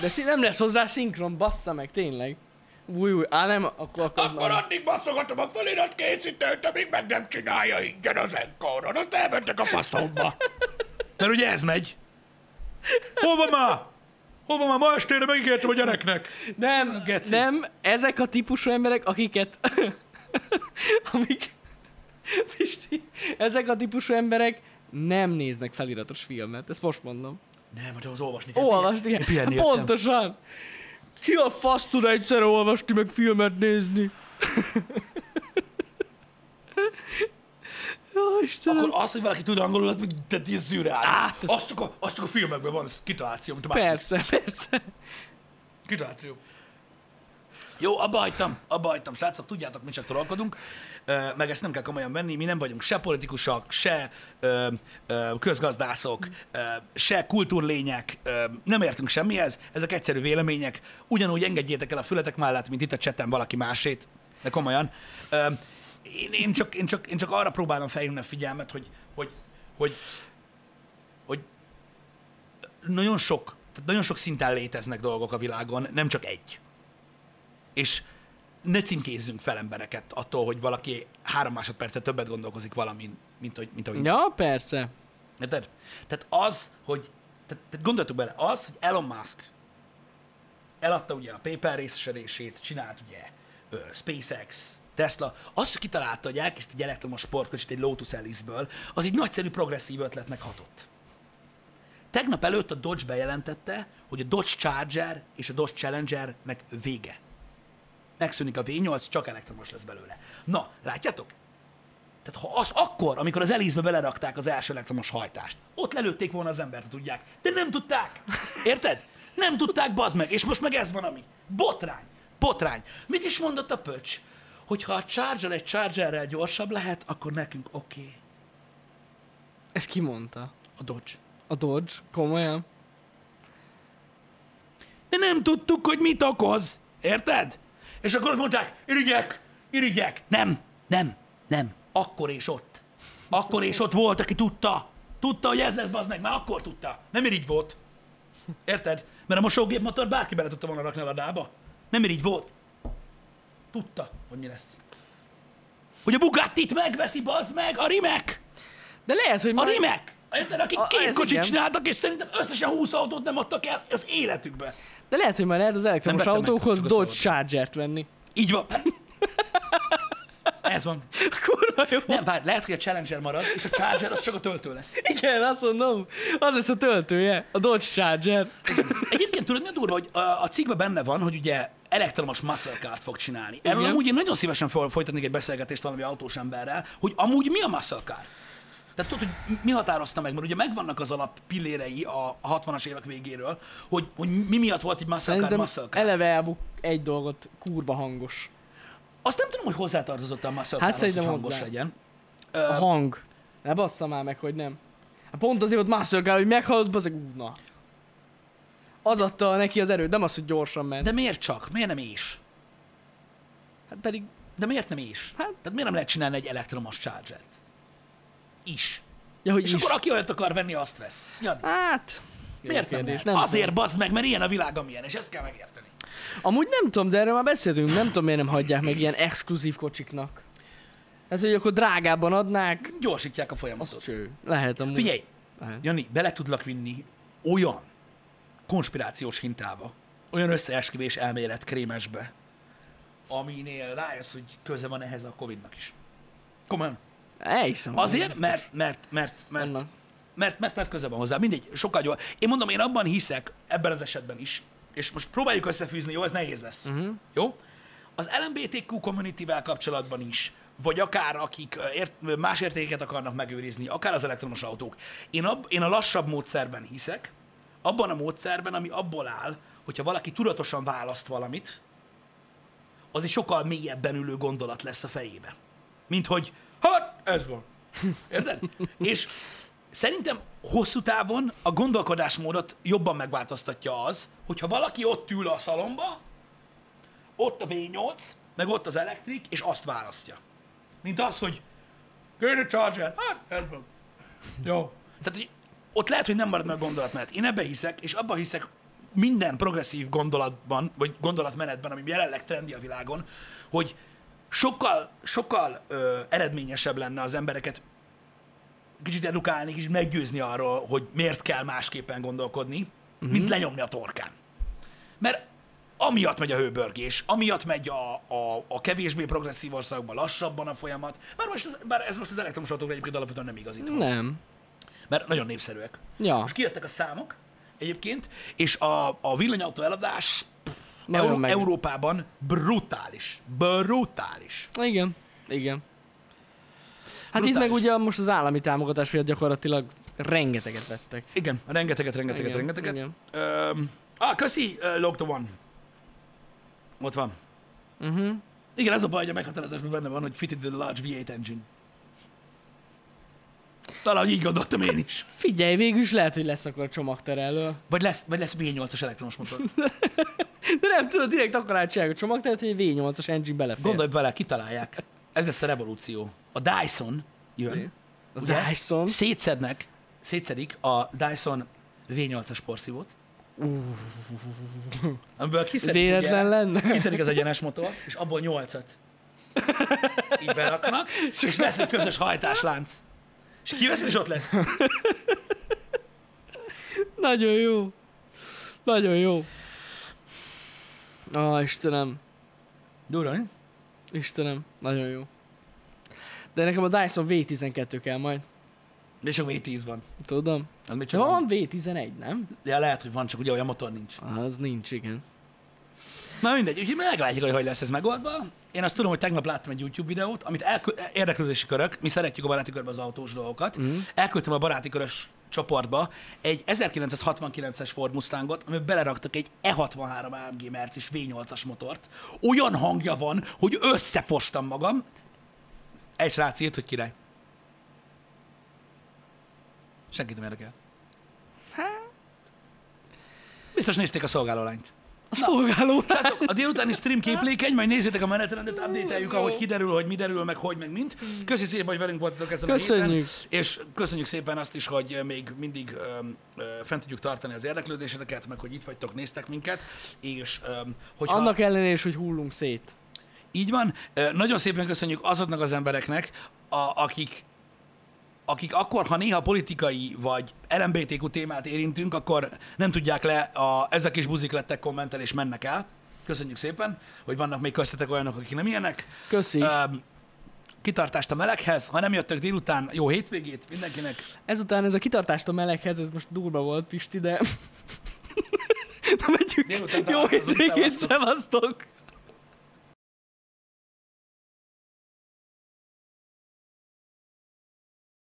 Speaker 2: De szí- nem lesz hozzá szinkron, bassza meg, tényleg. Új, új, á nem, akkor, akkor, az
Speaker 1: Akkor
Speaker 2: már...
Speaker 1: addig basszogatom a felirat készítőt, amíg meg nem csinálja ingyen az enkoron, azt elmentek a faszomba. Mert ugye ez megy. Hova már? Hova már? Ma estére megígértem a gyereknek.
Speaker 2: Nem,
Speaker 1: Geci.
Speaker 2: nem, ezek a típusú emberek, akiket (laughs) amik... Pisti, ezek a típusú emberek nem néznek feliratos filmet, ezt most mondom.
Speaker 1: Nem, hát az olvasni kell.
Speaker 2: Olvasni
Speaker 1: Én pihenni
Speaker 2: kell.
Speaker 1: jöttem.
Speaker 2: Pontosan. Ki a fasz tud egyszerre olvasni, meg filmet nézni? (laughs) Jó, Istenem.
Speaker 1: Akkor az, hogy valaki tud angolul, az még de ez zűrál.
Speaker 2: Hm. Hát,
Speaker 1: Hát,
Speaker 2: ez-
Speaker 1: az... Az, csak a, az csak a filmekben van, ez kitaláció, mint a Matrix.
Speaker 2: Persze, persze.
Speaker 1: Kitaláció. Jó, abba hagytam, abba hagytam, srácok, tudjátok, mi csak trollkodunk, ö, meg ezt nem kell komolyan venni, mi nem vagyunk se politikusok, se ö, ö, közgazdászok, ö, se kultúrlények, ö, nem értünk semmihez, ezek egyszerű vélemények, ugyanúgy engedjétek el a fületek mellett, mint itt a cseten valaki másét, de komolyan. Ö, én, én, csak, én, csak, én csak arra próbálom felhívni a figyelmet, hogy, hogy, hogy, hogy nagyon sok, tehát nagyon sok szinten léteznek dolgok a világon, nem csak egy. És ne címkézzünk fel embereket attól, hogy valaki három másodpercet többet gondolkozik valamin, mint, hogy, mint ahogy...
Speaker 2: Ja, persze.
Speaker 1: Érted? Tehát az, hogy... Tehát, tehát gondoltuk bele, az, hogy Elon Musk eladta ugye a PayPal részesedését, csinált ugye ö, SpaceX, Tesla, az, hogy kitalálta, hogy elkészít egy elektromos sportkocsit egy Lotus Elise-ből, az egy nagyszerű progresszív ötletnek hatott. Tegnap előtt a Dodge bejelentette, hogy a Dodge Charger és a Dodge Challengernek vége. Megszűnik a V8, csak elektromos lesz belőle. Na, látjátok? Tehát ha az akkor, amikor az Elise-be belerakták az első elektromos hajtást, ott lelőtték volna az embert, ha tudják. De nem tudták. Érted? Nem tudták, bazd meg. És most meg ez van, ami. Botrány. Botrány. Mit is mondott a pöcs? Hogy ha a Charger egy Chargerrel gyorsabb lehet, akkor nekünk oké. Okay.
Speaker 2: Ezt kimondta.
Speaker 1: A Dodge.
Speaker 2: A Dodge? Komolyan?
Speaker 1: De nem tudtuk, hogy mit okoz. Érted? És akkor ott mondták, irigyek, irigyek. Nem, nem, nem. Akkor és ott. Akkor és ott volt, aki tudta. Tudta, hogy ez lesz, bazd meg, már akkor tudta. Nem irigy volt. Érted? Mert a mosógépmotor bárki bele tudta volna rakni a ladába. Nem irigy volt. Tudta, hogy mi lesz. Hogy a Bugatti-t megveszi, bazd meg, a Rimek!
Speaker 2: De lehet, hogy
Speaker 1: A
Speaker 2: már...
Speaker 1: Rimek! Érted, akik
Speaker 2: A-
Speaker 1: két
Speaker 2: ez
Speaker 1: kocsit
Speaker 2: igen.
Speaker 1: csináltak, és szerintem összesen 20 autót nem adtak el az életükbe.
Speaker 2: De lehet, hogy már lehet az elektromos
Speaker 1: vettem meg,
Speaker 2: autókhoz
Speaker 1: csak a
Speaker 2: Dodge
Speaker 1: szabadon.
Speaker 2: Chargert venni. (laughs)
Speaker 1: Így van. Ez van.
Speaker 2: Kurva jó.
Speaker 1: Nem, bár lehet, hogy a Challenger marad, és a Charger az csak a töltő lesz.
Speaker 2: Igen, azt mondom. Az lesz a töltője. A Dodge Charger.
Speaker 1: Egyébként tudod, mi a durva, hogy a, a cikkben benne van, hogy ugye elektromos muscle cart fog csinálni. Erről
Speaker 2: Igen.
Speaker 1: amúgy én nagyon szívesen fel- folytatnék egy beszélgetést valami autós emberrel, hogy amúgy mi a muscle car? Tehát tudod, hogy mi határozta meg, mert ugye megvannak az alap pillérei a a 60-as évek végéről, hogy, hogy mi miatt volt egy muscle car,
Speaker 2: Szerintem
Speaker 1: muscle car.
Speaker 2: eleve elbuk egy dolgot, kurva hangos.
Speaker 1: Azt nem tudom, hogy hozzátartozott a muscle
Speaker 2: Hát
Speaker 1: car, hogy
Speaker 2: szerintem
Speaker 1: hangos
Speaker 2: hozzá.
Speaker 1: legyen.
Speaker 2: A hang. Ne bassza már meg, hogy nem. Hát pont azért volt Muscle Car, hogy meghallott, bazeg, ú, na. Az adta neki az erőt, nem az, hogy gyorsan ment.
Speaker 1: De miért csak? Miért nem is?
Speaker 2: Hát pedig,
Speaker 1: De miért nem is? Hát,
Speaker 2: Hát-
Speaker 1: Tehát miért nem lehet csinálni egy elektromos chargert? Is.
Speaker 2: ja, hogy
Speaker 1: És
Speaker 2: is.
Speaker 1: akkor aki olyat akar venni, azt vesz. Jani,
Speaker 2: Hát... jó
Speaker 1: miért nem,
Speaker 2: kérdés,
Speaker 1: lehet?
Speaker 2: nem tudom.
Speaker 1: Azért bazd meg, mert ilyen a világ, amilyen, és ezt kell megérteni.
Speaker 2: Amúgy nem tudom, de erről már beszéltünk, nem tudom, miért nem hagyják meg ilyen exkluzív kocsiknak. Hát, hogy akkor drágában adnák,
Speaker 1: Gyorsítják a
Speaker 2: az
Speaker 1: folyamatot.
Speaker 2: cső. Lehet amúgy.
Speaker 1: Figyelj,
Speaker 2: Lehet.
Speaker 1: Jani, bele tudlak vinni olyan konspirációs hintába, olyan összeesküvés elmélet krémesbe, aminél rájössz, hogy köze van ehhez a Covidnak is. Komolyan.
Speaker 2: Elhiszem.
Speaker 1: Azért, mert, mert, mert, mert,
Speaker 2: Anna.
Speaker 1: mert, mert, mert közel van hozzá. Mindegy, sokkal gyors. Én mondom, én abban hiszek, ebben az esetben is, és most próbáljuk összefűzni, jó, ez nehéz lesz. Uh-huh. Jó? Az LMBTQ community-vel kapcsolatban is, vagy akár akik ö, ért, más értékeket akarnak megőrizni, akár az elektromos autók. Én, ab, én a lassabb módszerben hiszek, abban a módszerben, ami abból áll, hogyha valaki tudatosan választ valamit, az egy sokkal mélyebben ülő gondolat lesz a fejébe. Mint hogy, hát ez van. Érted? És szerintem hosszú távon a gondolkodásmódot jobban megváltoztatja az, hogyha valaki ott ül a szalomba, ott a V8, meg ott az elektrik, és azt választja. Mint az, hogy Get a charger! Hát, ez van. Jó. Tehát, hogy ott lehet, hogy nem marad meg a gondolatmenet. Én ebbe hiszek, és abba hiszek minden progresszív gondolatban, vagy gondolatmenetben, ami jelenleg trendi a világon, hogy sokkal, sokkal ö, eredményesebb lenne az embereket kicsit edukálni, kicsit meggyőzni arról, hogy miért kell másképpen gondolkodni, mint lenyomni a torkán. Mert amiatt megy a hőbörgés, amiatt megy a, a, a kevésbé progresszív országokban lassabban a folyamat, bár, most az, bár ez most az elektromos autókra egyébként alapvetően nem igaz itt,
Speaker 2: Nem.
Speaker 1: mert nagyon népszerűek.
Speaker 2: Ja,
Speaker 1: Most kijöttek a számok egyébként, és a, a villanyautó eladás pff,
Speaker 2: Nagyon
Speaker 1: Euró-
Speaker 2: meg-
Speaker 1: Európában brutális. Brutális.
Speaker 2: igen, igen. Hát itt
Speaker 1: Brutális.
Speaker 2: meg ugye most az állami támogatás miatt gyakorlatilag rengeteget vettek.
Speaker 1: Igen, rengeteget, rengeteget,
Speaker 2: Igen,
Speaker 1: rengeteget.
Speaker 2: igen.
Speaker 1: Öm, ah, köszi, uh, Lock the One. Ott van. Mhm.
Speaker 2: Uh-huh.
Speaker 1: Igen, ez a baj, hogy a meghatározásban benne van, hogy fitted with a large V8 engine. Talán így gondoltam én is.
Speaker 2: Figyelj, végül is lehet, hogy lesz akkor a csomagterelő.
Speaker 1: Vagy lesz, vagy lesz V8-as elektromos
Speaker 2: (laughs)
Speaker 1: motor.
Speaker 2: De nem tudod, direkt akkor átcsinálják a csomagterelőt, hogy egy V8-as engine belefér.
Speaker 1: Gondolj bele, kitalálják. Ez lesz a revolúció. A Dyson jön.
Speaker 2: Az
Speaker 1: ugye?
Speaker 2: Dyson.
Speaker 1: Szétszednek, szétszedik a Dyson V8-as porszívót. Amiből kiszedik,
Speaker 2: Véletlen
Speaker 1: ugye,
Speaker 2: lenne?
Speaker 1: kiszedik az egyenes motor, és abból 8-at így beraknak, és lesz egy közös hajtáslánc. És kiveszed, és ott lesz.
Speaker 2: Nagyon jó. Nagyon jó. Á, Istenem.
Speaker 1: Durva, mi?
Speaker 2: Istenem. Nagyon jó. De nekem a Dyson V12 kell majd.
Speaker 1: De csak V10 van.
Speaker 2: Tudom.
Speaker 1: Az mit
Speaker 2: De van
Speaker 1: van?
Speaker 2: V11, nem?
Speaker 1: Ja, lehet, hogy van, csak ugye olyan motor nincs.
Speaker 2: Ah, Az nincs, igen.
Speaker 1: Na mindegy, úgyhogy meglátjuk, hogy hogy lesz ez megoldva. Én azt tudom, hogy tegnap láttam egy YouTube videót, amit elkü- érdeklődési körök, mi szeretjük a baráti körben az autós dolgokat. Mm. Elküldtem a baráti körös csoportba egy 1969-es Ford Mustangot, amiben beleraktak egy E E63 AMG Mercis V8-as motort. Olyan hangja van, hogy összefostam magam. Egy srác írt, hogy király. Senkit nem érdekel. Biztos nézték a szolgálólányt.
Speaker 2: A szolgáló.
Speaker 1: Srácok, a délutáni stream képlékeny, majd nézzétek a menetrendet, update-eljük, ahogy kiderül, hogy mi derül, meg hogy, meg mint. Köszi szépen, hogy velünk voltatok ezen a
Speaker 2: Köszönjük.
Speaker 1: héten, és köszönjük szépen azt is, hogy még mindig öm, ö, fent tudjuk tartani az érdeklődéseteket, meg hogy itt vagytok, néztek minket, és öm, hogyha...
Speaker 2: Annak ellenére is, hogy hullunk szét.
Speaker 1: Így van. Ö, Nagyon szépen köszönjük azoknak az embereknek, a, akik, akik akkor, ha néha politikai vagy LMBTQ témát érintünk, akkor nem tudják le a ezek is buzik lettek kommentel és mennek el. Köszönjük szépen, hogy vannak még köztetek olyanok, akik nem ilyenek.
Speaker 2: Köszi.
Speaker 1: Öm, Kitartást a meleghez, ha nem jöttök délután, jó hétvégét mindenkinek.
Speaker 2: Ezután ez a kitartást a meleghez, ez most durva volt, (laughs) Pisti, de... Na megyünk.
Speaker 1: Délután
Speaker 2: Jó
Speaker 1: találkozunk,
Speaker 2: hétvégét,
Speaker 1: szevasztok.
Speaker 2: szevasztok!